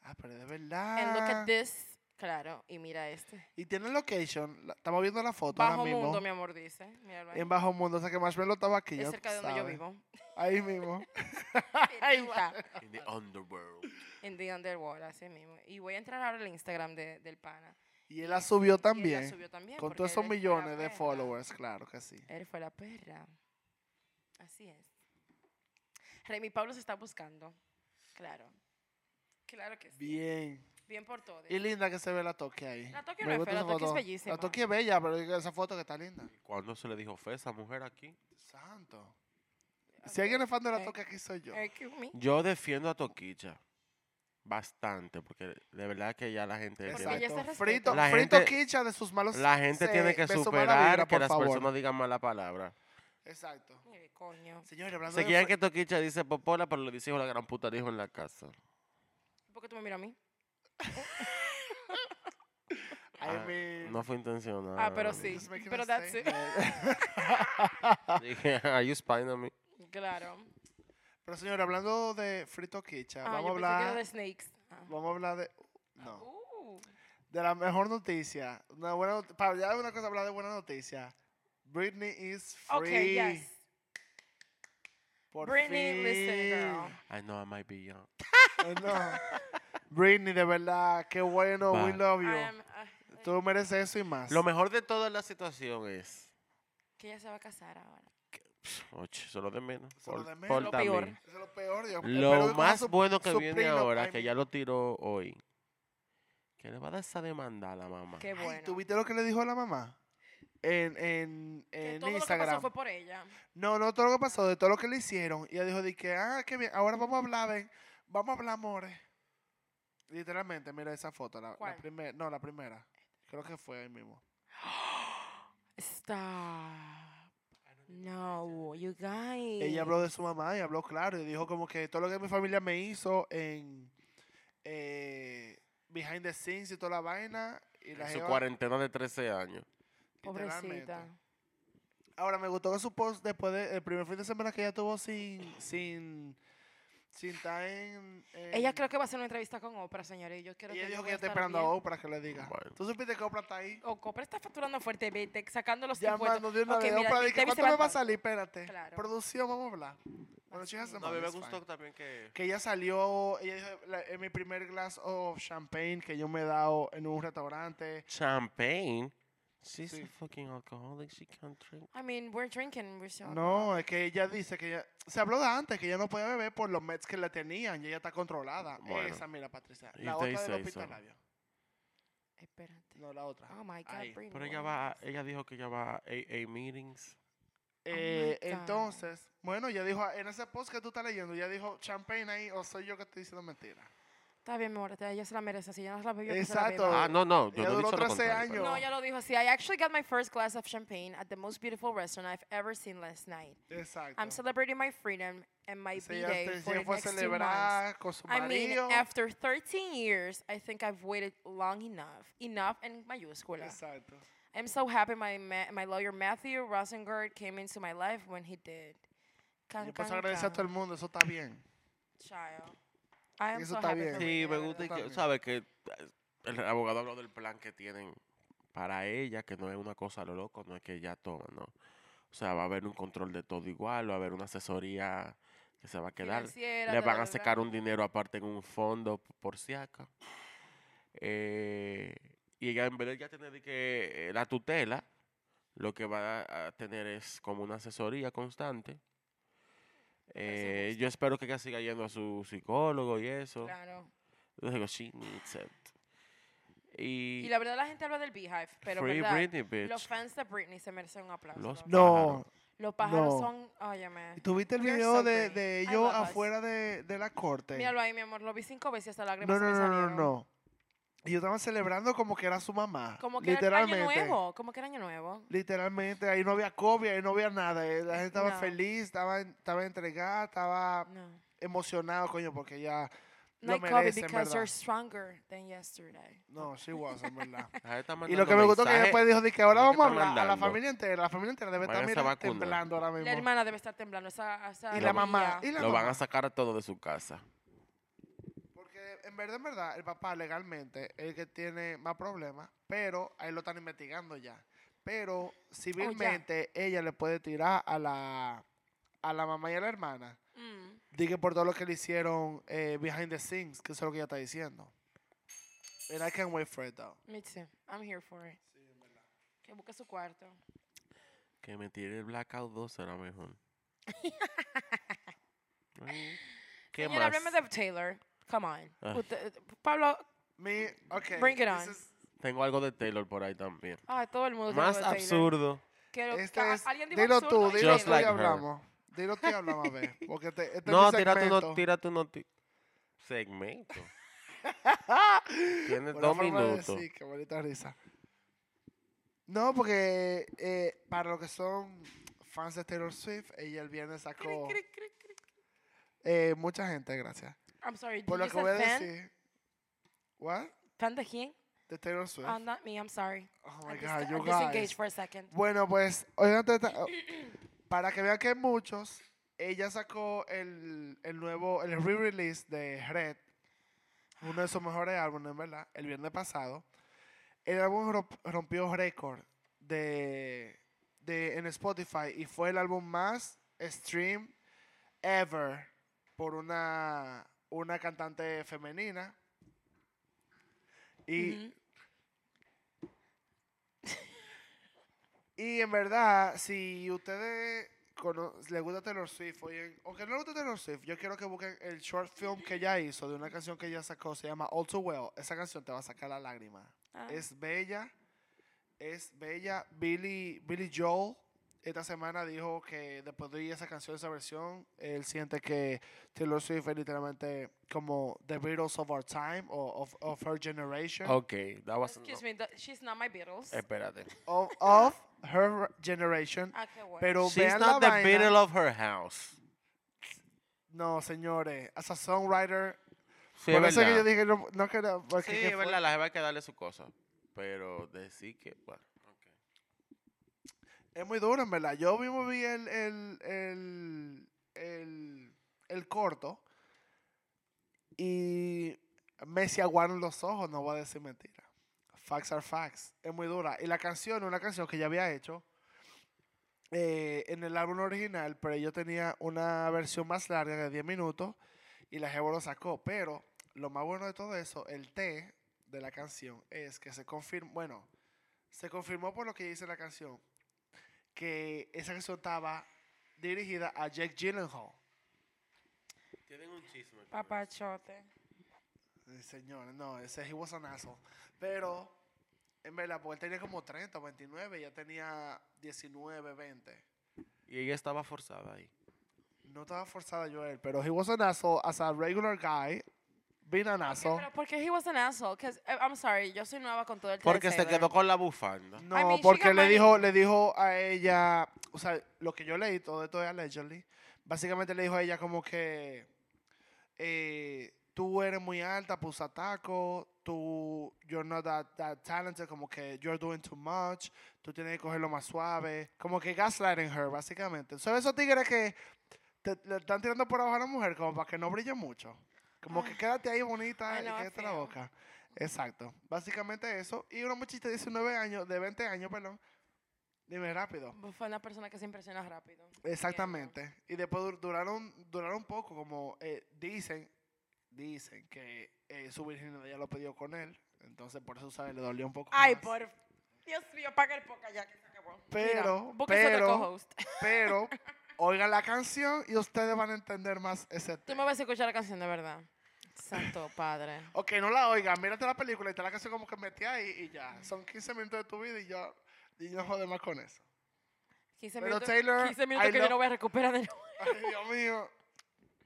Speaker 1: Ah, pero de
Speaker 2: And look
Speaker 1: verdad.
Speaker 2: at this. Claro, y mira este.
Speaker 1: Y tiene location. la- estamos viendo la foto
Speaker 2: Bajo
Speaker 1: ahora mismo.
Speaker 2: mundo, mi amor, dice. Míralo ahí.
Speaker 1: En Bajo Mundo. O sea que Marshmello estaba aquí.
Speaker 2: Es
Speaker 1: ya
Speaker 2: cerca
Speaker 1: tú
Speaker 2: de donde yo
Speaker 1: sabes.
Speaker 2: vivo.
Speaker 1: Ahí mismo.
Speaker 2: Ahí está.
Speaker 3: In the underworld.
Speaker 2: En The Underworld, así mismo. Y voy a entrar ahora al Instagram de- del pana.
Speaker 1: Y él la subió
Speaker 2: Y él la
Speaker 1: también.
Speaker 2: subió también
Speaker 1: con
Speaker 2: porque
Speaker 1: todos esos
Speaker 2: él fue la
Speaker 1: millones de
Speaker 2: perra.
Speaker 1: followers, claro que sí.
Speaker 2: Él fue la perra. Así es. Remy Pablo se está buscando. Claro. Claro que sí. Bien,
Speaker 1: Bien.
Speaker 2: por todo.
Speaker 1: Y linda que se ve la toque ahí.
Speaker 2: La Toki
Speaker 1: Me
Speaker 2: no es
Speaker 1: gusta
Speaker 2: fea,
Speaker 1: esa
Speaker 2: la Toki es
Speaker 1: foto.
Speaker 2: bellísima.
Speaker 1: La toque es bella, pero digo, esa foto que está linda.
Speaker 3: ¿Cuándo se le dijo fe a esa mujer aquí?
Speaker 1: Santo. Si alguien es fan de la
Speaker 2: Eh,
Speaker 1: toque, aquí soy yo.
Speaker 2: Excuse me.
Speaker 3: Yo defiendo a Toquicha bastante, porque de verdad que ya la gente...
Speaker 2: Porque
Speaker 3: tiene-
Speaker 2: ella
Speaker 1: Exacto.
Speaker 2: se respeta.
Speaker 1: Frito,
Speaker 3: La
Speaker 1: frito
Speaker 3: gente-
Speaker 1: quicha de sus malos.
Speaker 3: La gente
Speaker 1: se-
Speaker 3: tiene que
Speaker 1: de su mala
Speaker 3: superar
Speaker 1: vibra,
Speaker 3: que
Speaker 1: por
Speaker 3: las
Speaker 1: favor.
Speaker 3: personas digan mala palabra.
Speaker 1: Exacto.
Speaker 2: Mire, coño.
Speaker 1: Señores, hablando
Speaker 3: Se
Speaker 1: de.
Speaker 3: quieren
Speaker 1: fri-
Speaker 3: que Toquicha dice popola, pero le dice hijo de la gran puta dijo en la casa.
Speaker 2: ¿Por qué tú me miras a mí?
Speaker 1: Ay,
Speaker 3: Ah,
Speaker 1: mi-
Speaker 3: No fue intencional.
Speaker 2: Ah, pero sí.
Speaker 1: Just making a
Speaker 2: Pero that's it.
Speaker 1: statement.
Speaker 3: Dije, are you spying on me?
Speaker 2: Claro.
Speaker 1: Pero señor, hablando de frito quicha,
Speaker 2: Ah,
Speaker 1: vamos a
Speaker 2: yo pensé que era
Speaker 1: hablar.
Speaker 2: de Snakes. Ah.
Speaker 1: Vamos a hablar de. No.
Speaker 2: Uh,
Speaker 1: De la mejor noticia. Una buena not- para ya una cosa hablar de buena noticia. Britney is free.
Speaker 2: okay, yes.
Speaker 1: Por
Speaker 2: Britney,
Speaker 1: fin.
Speaker 2: listen, girl.
Speaker 3: I know I might be young.
Speaker 1: Eh, no. Britney, de verdad, qué bueno. We
Speaker 3: But-
Speaker 1: love you.
Speaker 2: I am, ah,
Speaker 1: Tú mereces eso y más.
Speaker 3: Lo mejor de toda la situación es...
Speaker 2: que ella se va a casar ahora.
Speaker 3: Ocho, solo de menos.
Speaker 1: Solo
Speaker 3: Por-
Speaker 1: de menos.
Speaker 2: Lo
Speaker 3: por
Speaker 2: peor.
Speaker 3: también.
Speaker 1: Eso es lo peor. Yo espero
Speaker 3: Lo
Speaker 1: que
Speaker 3: más
Speaker 1: su-
Speaker 3: bueno que
Speaker 1: su
Speaker 3: viene
Speaker 1: prenup,
Speaker 3: ahora,
Speaker 1: ay,
Speaker 3: que
Speaker 1: mi-
Speaker 3: ya lo tiró hoy, que le va a dar esa demanda a la mamá.
Speaker 2: Qué
Speaker 1: Ay,
Speaker 2: bueno.
Speaker 1: ¿Tú viste lo que le dijo la mamá? En, en, en
Speaker 2: que todo lo que
Speaker 1: Instagram.
Speaker 2: pasó fue por ella.
Speaker 1: No, no, todo lo que pasó, de todo lo que le hicieron. Y ella dijo, de que, ah, qué bien, ahora vamos a hablar, ven, vamos a hablar, amores. Literalmente, mira esa foto, la,
Speaker 2: ¿Cuál?
Speaker 1: primera, no, la primera. Creo que fue ahí mismo.
Speaker 3: Ah,
Speaker 2: Stop. No, you guys.
Speaker 1: Ella habló de su mamá y habló claro y dijo como que todo lo que mi familia me hizo en eh, behind the scenes y toda la vaina. Y la
Speaker 3: En su
Speaker 1: jeva,
Speaker 3: cuarentena de 13 años.
Speaker 1: literalmente.
Speaker 2: Pobrecita.
Speaker 1: Ahora me gustó que su post después del primer fin de semana que ella tuvo sin sin sin estar en, en-
Speaker 2: Ella creo que va a hacer una entrevista con Oprah, señores. y Yo quiero
Speaker 1: ella
Speaker 2: yo
Speaker 1: dijo
Speaker 2: voy
Speaker 1: que yo estoy
Speaker 2: estar
Speaker 1: esperando a
Speaker 2: bien.
Speaker 1: Oprah que le diga.
Speaker 3: Bueno.
Speaker 1: ¿Tú supiste que Oprah está ahí?
Speaker 2: O Oprah está facturando fuerte, vete, sacando los
Speaker 1: Llamando de una
Speaker 2: pues, Ok,
Speaker 1: vez.
Speaker 2: mira,
Speaker 1: Oprah
Speaker 2: mi
Speaker 1: dice,
Speaker 2: Debbie se
Speaker 1: ¿cuánto
Speaker 2: va
Speaker 1: me va a
Speaker 2: pa-
Speaker 1: salir? Espérate.
Speaker 2: Claro.
Speaker 1: Producción, vamos a hablar. Bueno, chicas,
Speaker 3: No, a mí me gustó también que...
Speaker 1: que ella salió, ella dijo, "La- en mi primer glass of champagne que yo me he dado en un restaurante.
Speaker 3: Champagne. She's
Speaker 1: Sí.
Speaker 3: a fucking alcoholic. She can't drink.
Speaker 2: I mean, we're drinking, we're so-
Speaker 1: No, es que ella dice que ella, se habló de antes, que ella no podía beber por los meds que la tenían y ella está controlada.
Speaker 3: Bueno.
Speaker 1: Esa, mira, Patricia.
Speaker 3: Y
Speaker 1: La
Speaker 3: te
Speaker 1: otra
Speaker 3: dice
Speaker 1: del
Speaker 3: eso.
Speaker 1: hospital labio.
Speaker 2: Espérate.
Speaker 1: No, la otra.
Speaker 2: Oh my God,
Speaker 1: Ahí.
Speaker 2: Britney,
Speaker 3: Pero ella
Speaker 2: what
Speaker 3: va, a-
Speaker 2: is-
Speaker 3: ella dijo que ella va a AA meetings.
Speaker 1: Eh,
Speaker 2: my God.
Speaker 1: entonces, bueno, ella dijo, en ese post que tú estás leyendo, ella dijo, champagne ahí o soy yo que estoy diciendo mentira.
Speaker 2: Está bien, mi amor, ella se la merece. Si ella no se la bebió,
Speaker 1: Exacto.
Speaker 2: Que se la beba.
Speaker 3: Ah, no, no. Yo
Speaker 1: Ella
Speaker 3: no he dicho
Speaker 1: duró
Speaker 3: lo
Speaker 1: 13
Speaker 3: contrario, pero-
Speaker 1: años.
Speaker 2: No, ella lo dijo así. I actually got my first glass of champagne at the most beautiful restaurant I've ever seen last night.
Speaker 1: Exacto.
Speaker 2: I'm celebrating my freedom and my
Speaker 1: Entonces, ella
Speaker 2: B-Day for
Speaker 1: se-
Speaker 2: the
Speaker 1: ella fue a
Speaker 2: next two months.
Speaker 1: celebrar con su
Speaker 2: I mean,
Speaker 1: marido.
Speaker 2: after 13 years, I think I've waited long enough. Enough in mayúscula.
Speaker 1: Exacto.
Speaker 2: I'm so happy my ma- my lawyer Matthew Rosengard came into my life when he did. Can,
Speaker 1: Yo paso a
Speaker 2: can,
Speaker 1: agradecer a todo
Speaker 2: can.
Speaker 1: el mundo, eso está bien.
Speaker 2: Child. I am so
Speaker 1: Eso está
Speaker 2: happy
Speaker 1: bien.
Speaker 2: for
Speaker 3: Sí,
Speaker 2: Britney,
Speaker 3: me
Speaker 2: la
Speaker 3: gusta
Speaker 2: verdad.
Speaker 3: y
Speaker 1: También.
Speaker 3: que, sabes que eh, el abogado habló del plan que tienen para ella, que no es una cosa a lo loco, no es que ella toma, ¿no? O sea, va a haber un control de todo igual, va a haber una asesoría que se va a quedar.
Speaker 2: Financiera,
Speaker 3: Le
Speaker 2: bla,
Speaker 3: van
Speaker 2: bla,
Speaker 3: a
Speaker 2: bla.
Speaker 3: sacar un dinero aparte en un fondo p- por si acá. y ella, en vez de ya tener de que, eh, la tutela, lo que va a, a tener es como una asesoría constante.
Speaker 2: parece
Speaker 3: Eh, yo espero que ella siga yendo a su psicólogo y eso.
Speaker 2: Claro.
Speaker 3: Yo digo, she needs it. Y,
Speaker 2: Y la verdad la gente habla del Beehive, pero
Speaker 3: Free
Speaker 2: verdad,
Speaker 3: Britney, bitch.
Speaker 2: los fans de Britney se merecen un aplauso.
Speaker 3: Los
Speaker 2: la verdad.
Speaker 1: No.
Speaker 3: Pájaro.
Speaker 2: Los pájaros
Speaker 1: no.
Speaker 2: son, óyeme.
Speaker 1: ¿Tuviste el
Speaker 2: We are
Speaker 1: video
Speaker 2: so
Speaker 1: de,
Speaker 2: great.
Speaker 1: de
Speaker 2: I
Speaker 1: ellos
Speaker 2: love us.
Speaker 1: afuera de, de la corte?
Speaker 2: Míralo ahí, mi amor, lo vi cinco veces hasta lágrimas
Speaker 1: No, no,
Speaker 2: se me
Speaker 1: no, no,
Speaker 2: salieron.
Speaker 1: no. Ellos estaban celebrando como que era su mamá.
Speaker 2: Como que era año
Speaker 1: literalmente.
Speaker 2: nuevo, como que era año nuevo.
Speaker 1: Literalmente, ahí no había COVID, ahí no había nada. eh, La gente estaba
Speaker 2: No.
Speaker 1: feliz, estaba, en- estaba entregada, estaba
Speaker 2: No.
Speaker 1: emocionada, coño, porque ya
Speaker 2: No
Speaker 1: lo
Speaker 2: hay COVID
Speaker 1: merece, en
Speaker 2: because
Speaker 1: verdad.
Speaker 2: you're stronger than yesterday.
Speaker 1: No, she was, en verdad.
Speaker 3: Ahí está
Speaker 1: Y lo que
Speaker 3: mandando
Speaker 1: me gustó que
Speaker 3: mensaje.
Speaker 1: después dijo, de que ahora
Speaker 3: Mira eh, que
Speaker 1: vamos a
Speaker 3: está
Speaker 1: hablar a la
Speaker 3: mandando.
Speaker 1: familia entera. La familia entera debe estar
Speaker 3: Váyanse a
Speaker 1: mira,
Speaker 3: vacunar.
Speaker 1: temblando ahora
Speaker 2: La
Speaker 1: mismo.
Speaker 2: hermana debe estar temblando. Esa, esa
Speaker 1: Y la
Speaker 2: tía.
Speaker 1: mamá. Y la
Speaker 3: Lo van
Speaker 1: mamá.
Speaker 3: a sacar a todo de su casa.
Speaker 1: Porque en verdad, en verdad, el papá legalmente es el que tiene más problemas, pero ahí lo están investigando ya. Pero civilmente
Speaker 2: Oh,
Speaker 1: ella le puede tirar a la, a la mamá y a la hermana.
Speaker 2: Mm.
Speaker 1: Dije por todo lo que le hicieron eh, behind the scenes, que eso es lo que ella está diciendo. And I can't wait for it, though.
Speaker 2: Me too. I'm here for it. Que busque su cuarto.
Speaker 3: Que me tire el Blackout 2 será mejor. Ay, ¿Qué
Speaker 2: Señora,
Speaker 3: más?
Speaker 2: hábleme de Taylor. Come on.
Speaker 3: Ah.
Speaker 2: Usted- eh, Pablo,
Speaker 1: Me, okay.
Speaker 2: Bring it
Speaker 1: this
Speaker 2: on.
Speaker 1: is-
Speaker 3: Tengo algo de Taylor por ahí también.
Speaker 2: ay, todo el mundo. tiene
Speaker 3: Más
Speaker 2: algo de Taylor.
Speaker 3: absurdo.
Speaker 2: Que lo-
Speaker 1: este
Speaker 2: ah,
Speaker 1: es-
Speaker 2: alguien dijo
Speaker 1: dilo
Speaker 2: absurdo
Speaker 1: tú,
Speaker 2: y
Speaker 1: dilo
Speaker 3: Just
Speaker 1: tú y
Speaker 3: like her.
Speaker 1: hablamos. Dilo tú y hablamos, a ver. Porque este, este
Speaker 3: No,
Speaker 1: es mi
Speaker 3: tira tu,
Speaker 1: segmento.
Speaker 3: no, tira tu noti- segmento. Tienes
Speaker 1: Por la
Speaker 3: dos
Speaker 1: forma de
Speaker 3: minutos.
Speaker 1: decir, qué bonita risa. No, porque eh, para los que son fans de Taylor Swift, ella el viernes sacó
Speaker 2: Cric, cric, cric, cric.
Speaker 1: eh, mucha gente, gracias.
Speaker 2: I'm sorry.
Speaker 1: Por
Speaker 2: did
Speaker 1: lo
Speaker 2: you
Speaker 1: que voy a
Speaker 2: say fan?
Speaker 1: decir, what?
Speaker 2: ¿Fan de quién?
Speaker 1: De Taylor Swift.
Speaker 2: Ah, not me. I'm sorry.
Speaker 1: Pues oh
Speaker 2: I
Speaker 1: my
Speaker 2: disca-
Speaker 1: God, you
Speaker 2: I disengaged
Speaker 1: guys.
Speaker 2: for a second.
Speaker 1: Bueno, pues, oigan, tata- oh, para que vean que hay muchos, ella sacó el, el nuevo, el re-release de Red, uno de sus mejores álbumes, en ¿verdad? El viernes pasado. El álbum romp- rompió récord de, de, en Spotify y fue el álbum más stream ever por una, una cantante femenina. Y
Speaker 2: Ujú.
Speaker 1: Y en verdad, si ustedes cono- les gusta Taylor Swift, oyen, o que no les gusta Taylor Swift, yo quiero que busquen el short film que ella hizo de una canción que ella sacó, se llama All Too Well. Esa canción te va a sacar la lágrima.
Speaker 2: Ah.
Speaker 1: Es bella, es bella. Billy, Billy Joel esta semana dijo que después de oír esa canción, esa versión, él siente que Taylor Swift es literalmente como The Beatles of our time o of, of her generation.
Speaker 3: Ok, that was-
Speaker 2: Excuse
Speaker 3: no,
Speaker 1: Eh,
Speaker 2: me, th- she's not my Beatles.
Speaker 3: Espérate.
Speaker 1: Of, of Her Generation.
Speaker 2: Ah, qué bueno.
Speaker 1: Pero
Speaker 3: She's
Speaker 1: vean la
Speaker 3: not the
Speaker 1: vaina.
Speaker 3: middle of her house.
Speaker 1: No, señores. As a songwriter.
Speaker 3: Sí,
Speaker 1: por
Speaker 3: es
Speaker 1: eso que
Speaker 3: verdad.
Speaker 1: yo dije no, no quería. Porque,
Speaker 3: Sí,
Speaker 1: que
Speaker 3: es
Speaker 1: fue-
Speaker 3: verdad, la jeva hay que darle su cosa. Pero decir que, bueno, ok.
Speaker 1: Es muy duro, en verdad. Yo mismo vi el, el, el, el, el corto y me se aguaron los ojos, no voy a decir mentira. Facts are facts. Es muy dura. Y la canción es una canción que ya había hecho eh, en el álbum original, pero yo tenía una versión más larga de 10 minutos y la Jebo lo sacó. Pero lo más bueno de todo eso, el té de la canción, es que se confirmó, bueno, se confirmó por lo que dice la canción, que esa canción estaba dirigida a Jake Gyllenhaal.
Speaker 3: Tienen un chisme. con
Speaker 2: Papachote.
Speaker 1: Eh, Señor, no, ese he was an asshole. Pero, en verdad, porque él tenía como 30 o 29, ya tenía 19, 20.
Speaker 3: eso. Y ella estaba forzada ahí.
Speaker 1: No estaba forzada yo él, pero he was an asshole as a regular guy, being an asshole.
Speaker 2: Pero porque he was an asshole. 'Cause, eh, I'm sorry, yo soy nueva con todo el
Speaker 3: Porque se
Speaker 2: Taylor
Speaker 3: quedó
Speaker 2: Swift.
Speaker 3: con la bufanda.
Speaker 1: No,
Speaker 2: I mean, she
Speaker 1: porque
Speaker 2: got
Speaker 1: le
Speaker 2: money.
Speaker 1: dijo, le dijo a ella, o sea, lo que yo leí, todo esto es allegedly, básicamente le dijo a ella como que eh, tú eres muy alta, pues taco, tú, you're not that, that talented, como que you're doing too much, tú tienes que cogerlo más suave, como que gaslighting her, básicamente. Son esos tigres que te, le están tirando por abajo a la mujer como para que no brille mucho. Como
Speaker 2: Ah.
Speaker 1: que quédate ahí bonita
Speaker 2: ay, no,
Speaker 1: y quédate la
Speaker 2: feo.
Speaker 1: boca. Exacto. Básicamente eso. Y una muchachita de 19 años, de 20 años, perdón. Dime rápido.
Speaker 2: Fue una persona que se impresiona rápido.
Speaker 1: Exactamente. Y después dur- duraron, duraron poco, como eh, dicen, dicen que eh, su virginidad ya lo pidió con él. Entonces por eso sabe, le dolió un poco.
Speaker 2: Ay,
Speaker 1: más.
Speaker 2: por... Dios mío, paga el poca ya que se acabó.
Speaker 1: Pero,
Speaker 2: Mira, búsquese otro
Speaker 1: pero-
Speaker 2: co-host.
Speaker 1: Pero oigan la canción y ustedes van a entender más ese
Speaker 2: Tú
Speaker 1: tema.
Speaker 2: me vas a escuchar la canción de verdad. Santo Padre.
Speaker 1: Ok, no la oigan, mírate la película y te la canción como que metí ahí y ya. Son 15 minutos de tu vida y yo, y no jode más con eso.
Speaker 2: 15
Speaker 1: Pero
Speaker 2: minutos,
Speaker 1: Taylor,
Speaker 2: 15 minutos
Speaker 1: I
Speaker 2: que yo
Speaker 1: love-
Speaker 2: no voy a recuperar de nuevo.
Speaker 1: Ay, Dios mío.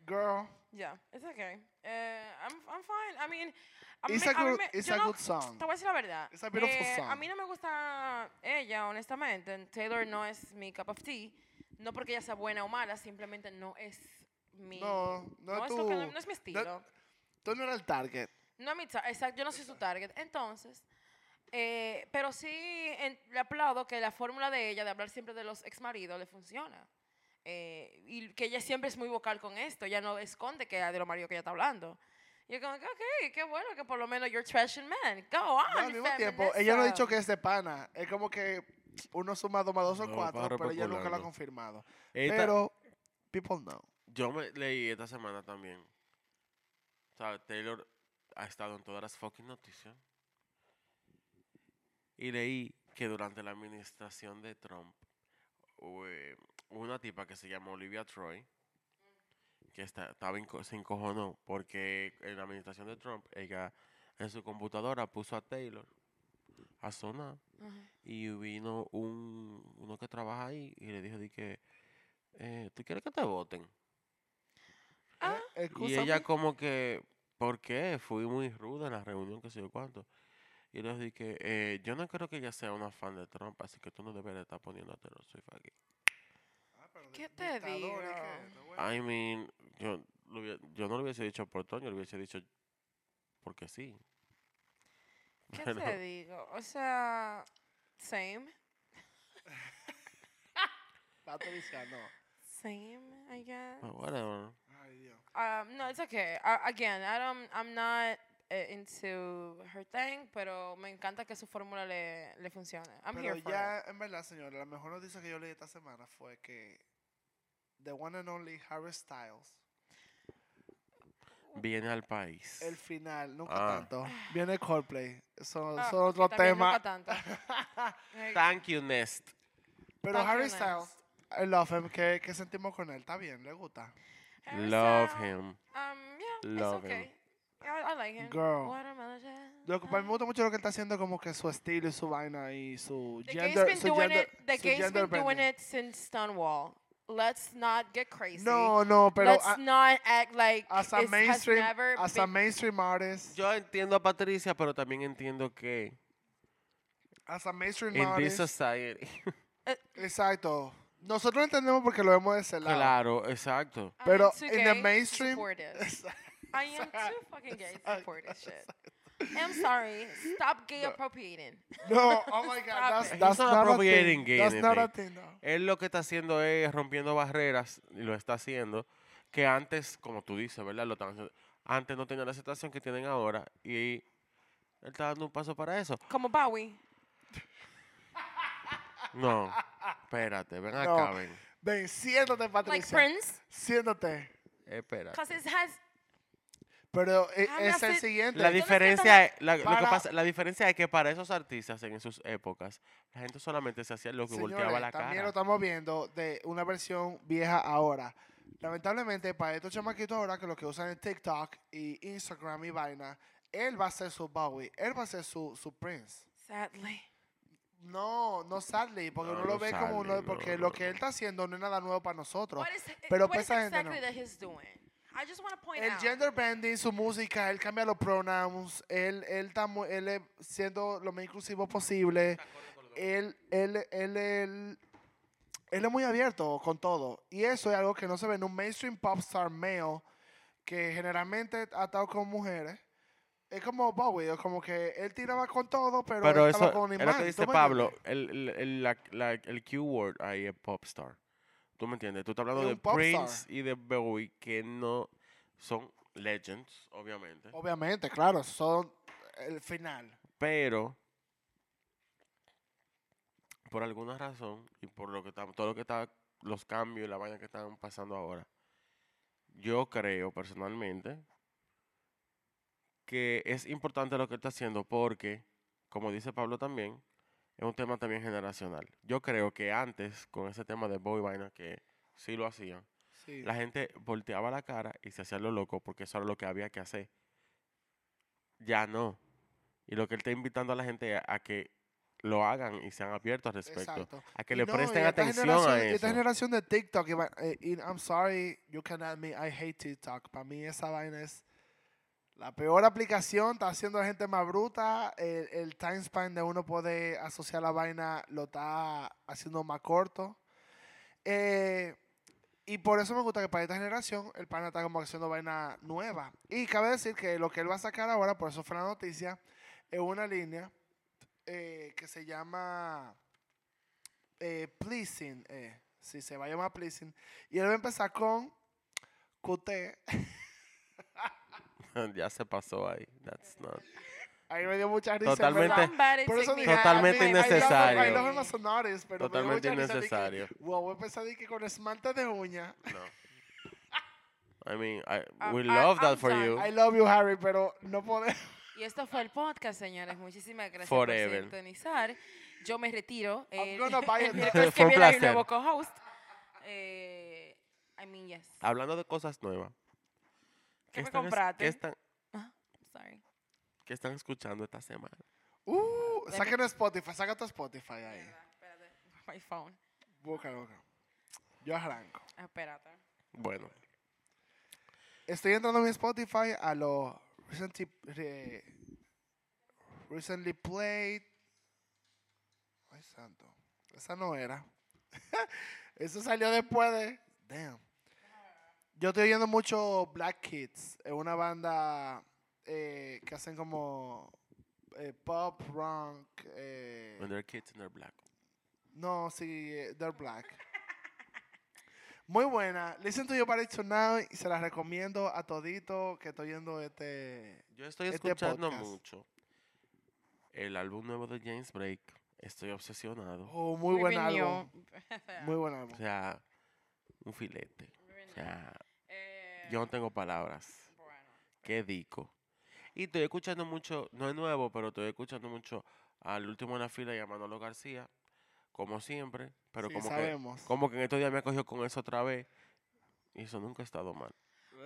Speaker 1: Girl,
Speaker 2: Ya, it's okay. Eh, I'm, I'm fine. I mean, a mí
Speaker 1: it's
Speaker 2: me-
Speaker 1: a
Speaker 2: a mí
Speaker 1: good,
Speaker 2: me-
Speaker 1: it's
Speaker 2: yo
Speaker 1: a
Speaker 2: no-
Speaker 1: good song.
Speaker 2: Te voy a decir la verdad.
Speaker 1: It's a beautiful
Speaker 2: Eh, A
Speaker 1: song.
Speaker 2: mí no me gusta ella, honestamente. Taylor no es mi cup of tea. No porque ella sea buena o mala, simplemente no es mi.
Speaker 1: No, no es
Speaker 2: es lo que-
Speaker 1: tu-
Speaker 2: no es mi estilo. No,
Speaker 1: Tú no eras el target.
Speaker 2: es mi. ta- Exacto, yo no soy su target. Entonces. eh, pero sí en- le aplaudo que la fórmula de ella de hablar siempre de los ex maridos le funciona. Eh, y que ella siempre es muy vocal con esto. Ella no esconde que ah, de los maridos que ella está hablando. Y yo como, que, ok, qué bueno que por lo menos you're trash and man. Go on,
Speaker 1: No, al mismo tiempo, ella no ha dicho que es de pana. Es como que uno suma dos más dos son
Speaker 3: No,
Speaker 1: cuatro,
Speaker 3: pájaro
Speaker 1: pero ella nunca lo ha
Speaker 3: especulando.
Speaker 1: confirmado.
Speaker 3: Esta-
Speaker 1: Pero, people know.
Speaker 3: Yo me leí esta semana también. O sea, Taylor ha estado en todas las fucking noticias. Y leí que durante la administración de Trump, hubo, eh, una tipa que se llama Olivia Troy, que esta- estaba enco- se encojonó porque en la administración de Trump, ella en su computadora puso a Taylor a sonar. Y vino un, uno que trabaja ahí y le dijo de que, eh, ¿tú quieres que te voten?
Speaker 2: Ah.
Speaker 1: Eh,
Speaker 3: Y
Speaker 1: excúsame.
Speaker 3: ella como que, ¿por qué? Fui muy ruda en la reunión, que sé yo cuánto. Y les dije, eh, yo no creo que ella sea una fan de Trump, así que tú no deberías estar poniendo a Taylor Swift aquí.
Speaker 1: Ah, pero
Speaker 2: ¿Qué
Speaker 1: di-
Speaker 2: te
Speaker 1: dictador y
Speaker 2: digo?
Speaker 1: que- no, bueno.
Speaker 3: I mean, yo, lo hubie- yo no lo hubiese dicho por Toño, lo hubiese dicho porque sí.
Speaker 2: ¿Qué
Speaker 3: Pero-
Speaker 2: te digo? O sea, same.
Speaker 1: Patricia, no.
Speaker 2: Same, I guess.
Speaker 3: But whatever.
Speaker 1: Ay, Dios.
Speaker 2: Um, no, it's okay. A- again, I don't, I'm not eh, into her thing, pero me encanta que su fórmula le, le funcione. I'm
Speaker 1: Pero
Speaker 2: here for it.
Speaker 1: ya, en verdad, señora, la mejor noticia que yo leí esta semana fue que The One and Only Harry Styles,
Speaker 3: Viene al país.
Speaker 1: el final, nunca
Speaker 3: Ah.
Speaker 1: tanto, viene Coldplay. Son,
Speaker 2: Ah,
Speaker 1: son otro
Speaker 2: que también nunca
Speaker 1: tema.
Speaker 2: tanto. Ay,
Speaker 3: Thank you, Nest.
Speaker 1: Pero
Speaker 2: Thank you,
Speaker 1: Harry
Speaker 2: Nance.
Speaker 1: Styles, I love him. ¿Qué, qué sentimos con él? Está bien, le gusta.
Speaker 2: Harry
Speaker 3: Love
Speaker 2: Styles,
Speaker 3: him.
Speaker 2: eh, Um, yeah,
Speaker 3: Love
Speaker 2: it's
Speaker 3: him.
Speaker 2: okay. I, I like him.
Speaker 1: Girl.
Speaker 2: Watermelon Jam.
Speaker 1: Lo que para mí
Speaker 2: Ah.
Speaker 1: me gusta mucho lo que él está haciendo, como que su estilo y su vaina y su
Speaker 2: The
Speaker 1: gender.
Speaker 2: gay's
Speaker 1: su
Speaker 2: been doing
Speaker 1: gender-
Speaker 2: it. The
Speaker 1: su
Speaker 2: gay's
Speaker 1: gender
Speaker 2: been doing
Speaker 1: bending.
Speaker 2: it since Stonewall. Let's not get crazy.
Speaker 1: No, no, pero
Speaker 2: let's
Speaker 1: a-
Speaker 2: not act like
Speaker 1: as a
Speaker 2: it has
Speaker 1: mainstream,
Speaker 2: never
Speaker 1: as a
Speaker 2: been.
Speaker 1: mainstream artist,
Speaker 3: Yo entiendo a Patricia, pero también entiendo que
Speaker 1: hasta mainstream
Speaker 3: In this
Speaker 1: artists.
Speaker 3: society.
Speaker 1: Exacto. Nosotros entendemos porque lo vemos de ese lado.
Speaker 3: Claro, exacto.
Speaker 2: I am
Speaker 1: Pero
Speaker 2: too
Speaker 1: in the
Speaker 2: gay to
Speaker 1: mainstream-
Speaker 2: support it.
Speaker 1: Exacto.
Speaker 2: I am too fucking gay to support this shit. I'm sorry. Stop gay appropriating.
Speaker 1: No, oh my God,
Speaker 2: Stop
Speaker 1: that's,
Speaker 2: it.
Speaker 1: that's
Speaker 3: He's not
Speaker 1: not, a
Speaker 3: appropriating
Speaker 1: thing.
Speaker 3: gay
Speaker 1: That's not a
Speaker 3: anything.
Speaker 1: thing, no.
Speaker 3: Él lo que está haciendo es rompiendo barreras, y lo está haciendo, que antes, como tú dices, ¿verdad? Lo estaban haciendo- antes no tenían la aceptación que tienen ahora y él está dando un paso para eso.
Speaker 2: Como Bowie.
Speaker 3: No, espérate, ven
Speaker 1: No.
Speaker 3: acá, ven.
Speaker 1: Ven, siéntate,
Speaker 2: Like
Speaker 1: Patricia.
Speaker 2: Prince.
Speaker 1: siéntate. Uh,
Speaker 3: Espérate.
Speaker 2: Because it has.
Speaker 1: Pero eh,
Speaker 2: Ah, me
Speaker 1: es el
Speaker 2: hace-
Speaker 1: siguiente.
Speaker 3: La
Speaker 2: Yo no siento
Speaker 3: diferencia, es- la, lo que
Speaker 1: Para-
Speaker 3: pasa- la diferencia es que para esos artistas en sus épocas, la gente solamente se hacía lo que
Speaker 1: Señores,
Speaker 3: volteaba la
Speaker 1: también
Speaker 3: cara.
Speaker 1: lo estamos viendo de una versión vieja ahora. Lamentablemente, para estos chamaquitos ahora que lo que usan es TikTok y Instagram y vaina, él va a ser su Bowie, él va a ser su, su Prince.
Speaker 2: Sadly.
Speaker 1: No, no sadly, porque
Speaker 3: No,
Speaker 1: uno lo
Speaker 3: no
Speaker 1: ve como
Speaker 3: sadly,
Speaker 1: uno, porque
Speaker 3: no,
Speaker 1: lo
Speaker 3: no,
Speaker 1: que él
Speaker 3: no.
Speaker 1: está haciendo no es nada nuevo para nosotros.
Speaker 2: What is,
Speaker 1: Pero
Speaker 2: what is
Speaker 1: pues esa gente
Speaker 2: exactly
Speaker 1: no.
Speaker 2: that he's doing? I just want to point
Speaker 1: El
Speaker 2: out.
Speaker 1: gender bending, su música, él cambia los pronouns, él, él, está mu- él es siendo lo más inclusivo posible, él, él, él, él, él es muy abierto con todo. Y eso es algo que no se ve en un mainstream pop star male que generalmente ha estado con mujeres. Es como Bowie, es como que él tiraba con todo, pero,
Speaker 3: Pero
Speaker 1: él estaba
Speaker 3: eso
Speaker 1: con
Speaker 3: es
Speaker 1: un
Speaker 3: lo
Speaker 1: imán,
Speaker 3: que
Speaker 1: ¿tú
Speaker 3: dice
Speaker 1: me
Speaker 3: Pablo,
Speaker 1: entiendes?
Speaker 3: el, el, el- la- la- el keyword ahí es popstar. ¿Tú me entiendes? Tú estás hablando
Speaker 1: Es
Speaker 3: de
Speaker 1: un popstar.
Speaker 3: Prince y de Bowie que no son legends, obviamente,
Speaker 1: Obviamente, claro, son el final.
Speaker 3: pero por alguna razón y por lo que estamos, todo lo que está, los cambios y la vaina que están pasando ahora, yo creo personalmente que es importante lo que está haciendo porque, como dice Pablo también, es un tema también generacional. Yo creo que antes, con ese tema de boy vaina, que sí lo hacían,
Speaker 1: Sí.
Speaker 3: la gente volteaba la cara y se hacía lo loco porque eso era lo que había que hacer. Ya no. Y lo que él está invitando a la gente a, a que lo hagan y sean abiertos al respecto.
Speaker 1: Exacto.
Speaker 3: A que
Speaker 1: Y
Speaker 3: le
Speaker 1: no, y
Speaker 3: presten
Speaker 1: esta
Speaker 3: atención
Speaker 1: generación-
Speaker 3: a
Speaker 1: y Esta
Speaker 3: eso.
Speaker 1: generación de TikTok, y va- eh, y I'm sorry, you cannot me, I hate TikTok. Para mí esa vaina es la peor aplicación, está haciendo a la gente más bruta, el, el time span de uno poder asociar la vaina lo está haciendo más corto. Eh, y por eso me gusta que para esta generación el pana está como haciendo vaina nueva. Y cabe decir que lo que él va a sacar ahora, por eso fue la noticia, es una línea eh, que se llama eh, Pleasing. eh, si se va a llamar Pleasing. Y él va a empezar con QT.
Speaker 3: ya se pasó ahí. That's not-
Speaker 1: Ahí me dio mucha risa. en verdad.
Speaker 3: Totalmente-
Speaker 2: Somebody
Speaker 1: Por
Speaker 2: take
Speaker 1: eso
Speaker 2: me
Speaker 1: dije,
Speaker 2: out
Speaker 3: Totalmente
Speaker 2: of my
Speaker 1: I love-
Speaker 3: innecesario.
Speaker 1: I love him as an artist, pero me dio
Speaker 3: Totalmente
Speaker 1: mucha risa de que,
Speaker 3: innecesario.
Speaker 1: Wow, voy a empezar de que con esmalte de uña.
Speaker 3: no. I mean, I-
Speaker 2: I'm-
Speaker 3: we
Speaker 2: Um, I-
Speaker 3: love that
Speaker 2: I'm
Speaker 3: for
Speaker 2: done.
Speaker 3: you.
Speaker 1: I love you, Harry, pero no podemos.
Speaker 2: Y esto fue el podcast, señores. Muchísimas gracias
Speaker 3: Forever.
Speaker 2: por sintonizar. Yo me retiro.
Speaker 1: I'm
Speaker 2: El-
Speaker 1: gonna buy it
Speaker 2: el
Speaker 1: now.
Speaker 2: miércoles
Speaker 3: Fue
Speaker 2: que
Speaker 3: un
Speaker 2: viene hay un
Speaker 3: placer.
Speaker 2: nuevo co-host. Eh, I mean, yes.
Speaker 3: Hablando de cosas nuevas.
Speaker 2: ¿Qué me
Speaker 3: están es-
Speaker 2: compraste?
Speaker 3: qué están,
Speaker 2: Sorry.
Speaker 3: qué están escuchando esta semana?
Speaker 1: Uh, sáquenlo Spotify, saca tu Spotify ahí.
Speaker 2: Mierda, Espérate. My phone.
Speaker 1: Búscalo, búscalo. Yo arranco.
Speaker 2: Espérate.
Speaker 3: Bueno,
Speaker 1: Estoy entrando a mi Spotify a lo recently, re- recently played. Ay, santo. Esa no era. Eso salió después de. Damn. Yo estoy oyendo mucho Black Kids. Es una banda eh, que hacen como eh, pop, rock. eh,
Speaker 3: when they're kids and they're black.
Speaker 1: no, sí, eh, They're Black. Muy buena. Listen to Your Body Tonight y se las recomiendo a todito que estoy oyendo este...
Speaker 3: Yo estoy
Speaker 1: este
Speaker 3: escuchando
Speaker 1: podcast.
Speaker 3: mucho el álbum nuevo de James Blake. Estoy obsesionado.
Speaker 1: Oh, muy
Speaker 2: We
Speaker 1: buen
Speaker 2: renew.
Speaker 1: álbum. Muy buen
Speaker 3: O
Speaker 1: álbum.
Speaker 3: sea, un filete. O sea,
Speaker 2: Eh,
Speaker 3: yo no tengo palabras.
Speaker 2: bueno.
Speaker 3: Qué dico. Y estoy escuchando mucho, no es nuevo, pero estoy escuchando mucho al último en la fila y a Manolo García, como siempre. Pero
Speaker 1: Sí,
Speaker 3: como, que,
Speaker 1: sabemos.
Speaker 3: como que en estos días me cogió con eso otra vez. Y eso nunca ha estado mal.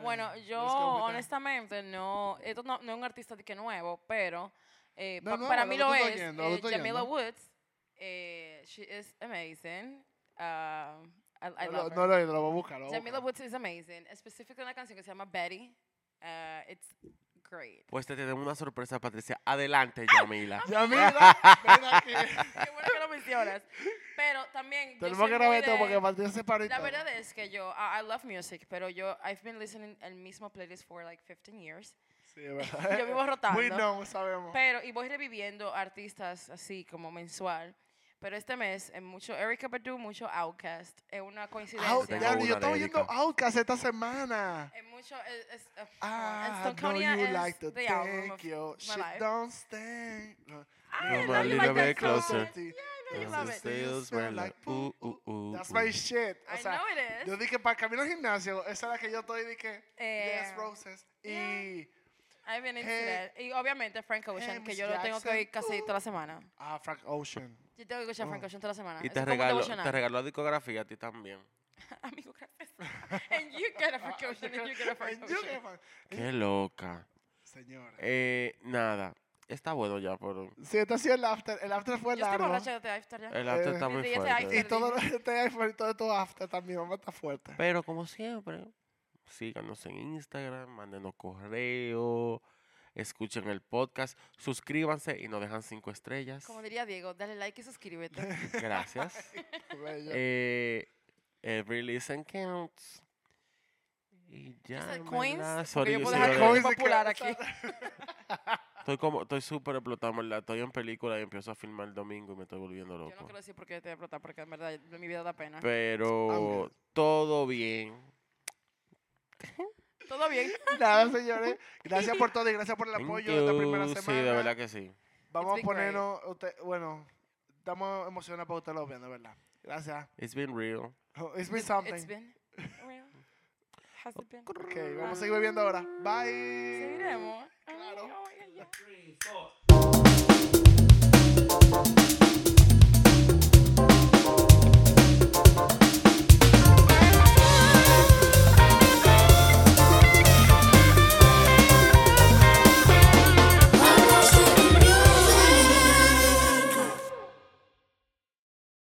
Speaker 2: Bueno,
Speaker 1: Let's
Speaker 2: yo
Speaker 1: go with that.
Speaker 2: honestamente no, esto no, no es un artista de que nuevo, pero eh,
Speaker 1: No,
Speaker 2: pa-
Speaker 1: no,
Speaker 2: para
Speaker 1: lo
Speaker 2: mí
Speaker 1: que
Speaker 2: lo
Speaker 1: tú estás
Speaker 2: es.
Speaker 1: oyendo, lo que
Speaker 2: eh,
Speaker 1: estás
Speaker 2: Jamila
Speaker 1: oyendo.
Speaker 2: Woods, eh, she is amazing. Um, I, I love
Speaker 1: No, lo-
Speaker 2: her.
Speaker 1: no lo he oído, lo voy a buscar. lo voy a
Speaker 2: Jamila
Speaker 1: buscar.
Speaker 2: Woods is amazing. Específicamente una canción que se llama Betty. Uh, it's Great.
Speaker 3: Pues te tenemos una sorpresa, Patricia. Adelante, Yamila.
Speaker 1: Yamila, ven aquí.
Speaker 2: Qué bueno que lo mencionas. Pero también. yo
Speaker 1: Tenemos
Speaker 2: soy
Speaker 1: que grabar
Speaker 2: muy
Speaker 1: esto
Speaker 2: de-
Speaker 1: porque Martín se paró y
Speaker 2: La
Speaker 1: todo.
Speaker 2: verdad es que yo, I, I love music, pero yo, I've been listening el mismo playlist for like 15 years.
Speaker 1: Sí, es verdad.
Speaker 2: Yo vivo rotando.
Speaker 1: We know, sabemos.
Speaker 2: Pero, y voy reviviendo artistas así como mensual. Pero este mes, en mucho Erika Badu, mucho Outcast. Es una
Speaker 1: Out,
Speaker 2: coincidencia.
Speaker 3: Tengo
Speaker 1: diablo, yo
Speaker 3: una
Speaker 1: estaba
Speaker 3: de
Speaker 1: oyendo
Speaker 3: Erika.
Speaker 1: Outcast esta semana.
Speaker 2: Es mucho. Es, es, uh, and
Speaker 1: Ah, no
Speaker 2: Stonconia
Speaker 1: you
Speaker 2: is
Speaker 1: like to
Speaker 2: the album
Speaker 1: thank
Speaker 2: of
Speaker 1: you.
Speaker 2: my
Speaker 1: She
Speaker 2: life. Ah,
Speaker 1: don't stand.
Speaker 2: I
Speaker 3: Come
Speaker 2: know
Speaker 3: a
Speaker 2: you
Speaker 3: little
Speaker 2: like that
Speaker 3: bit closer.
Speaker 2: song. Yeah, I know you love
Speaker 3: Does
Speaker 2: it.
Speaker 3: it still smell like ooh, ooh, ooh,
Speaker 1: Uh, That's
Speaker 3: ooh?
Speaker 1: my shit. O
Speaker 2: I
Speaker 1: sea,
Speaker 2: know it is.
Speaker 1: yo dije para camino al gimnasio, esa es la que yo estoy dije Yes
Speaker 2: Eh,
Speaker 1: Roses y
Speaker 2: I've been into
Speaker 1: Hey.
Speaker 2: that. Y obviamente Frank Ocean, que
Speaker 1: Miss
Speaker 2: yo lo tengo que
Speaker 1: Jackson.
Speaker 2: oír casi toda la semana.
Speaker 1: ah Frank Ocean.
Speaker 2: Yo tengo que
Speaker 1: Oh.
Speaker 2: escuchar Frank Ocean toda la semana. Ah,
Speaker 3: Y
Speaker 2: Eso
Speaker 3: te
Speaker 2: es como
Speaker 3: regaló,
Speaker 2: devocional.
Speaker 3: te regaló discografía a ti también.
Speaker 2: Amigo, gracias. And you get a Frank
Speaker 1: Ah,
Speaker 2: Ocean, and you get a Frank
Speaker 1: And you
Speaker 2: Ocean.
Speaker 1: get Frank-
Speaker 3: Qué loca.
Speaker 1: Señores.
Speaker 3: Eh, nada. Está bueno ya, pero
Speaker 1: Sí, este ha sido el after, el after fue
Speaker 2: Yo estoy
Speaker 1: largo.
Speaker 2: borracha de After ya.
Speaker 3: el arte
Speaker 1: Eh,
Speaker 3: está muy
Speaker 2: Desde ese
Speaker 1: Y
Speaker 2: iPhone.
Speaker 3: fuerte.
Speaker 1: todo este iPhone y todo esto after también, vamos a estar fuerte.
Speaker 3: Pero como siempre, síganos en Instagram, mándenos correo, escuchen el podcast, suscríbanse y nos dejan cinco estrellas.
Speaker 2: Como diría Diego, dale like y suscríbete.
Speaker 3: Gracias.
Speaker 1: Bello.
Speaker 3: Eh, every listen counts. Y ya.
Speaker 2: Dice
Speaker 3: en
Speaker 2: coins,
Speaker 3: verdad,
Speaker 2: porque
Speaker 3: sorry,
Speaker 2: yo
Speaker 3: yo
Speaker 2: puedo
Speaker 3: soy
Speaker 2: dejar
Speaker 3: de-
Speaker 1: Coins
Speaker 2: coins
Speaker 1: de
Speaker 2: popular
Speaker 1: casa.
Speaker 2: aquí.
Speaker 3: Estoy como, estoy súper explotado, en ¿verdad? Estoy en película y empiezo a filmar el domingo y me estoy volviendo
Speaker 2: Yo no
Speaker 3: loco.
Speaker 2: quiero decir por qué te voy a explotar, porque en verdad mi vida da pena.
Speaker 3: Pero
Speaker 1: good.
Speaker 3: todo bien.
Speaker 2: Todo bien.
Speaker 1: Nada, señores. Gracias por todo y gracias por el
Speaker 3: Thank
Speaker 1: apoyo de esta primera
Speaker 3: you.
Speaker 1: semana.
Speaker 3: Sí, de verdad que sí.
Speaker 2: It's
Speaker 1: Vamos a
Speaker 2: been great.
Speaker 1: ponernos, usted- bueno, estamos emocionados para ustedes lo vean, de verdad. Gracias. Oh,
Speaker 3: It's been real.
Speaker 1: It's been
Speaker 2: It's-
Speaker 1: something.
Speaker 2: It's been real. Has it been?
Speaker 1: Ok, vamos a seguir bebiendo ahora. Bye.
Speaker 2: Seguiremos. Ay,
Speaker 1: Claro.
Speaker 2: ay, ay, ay.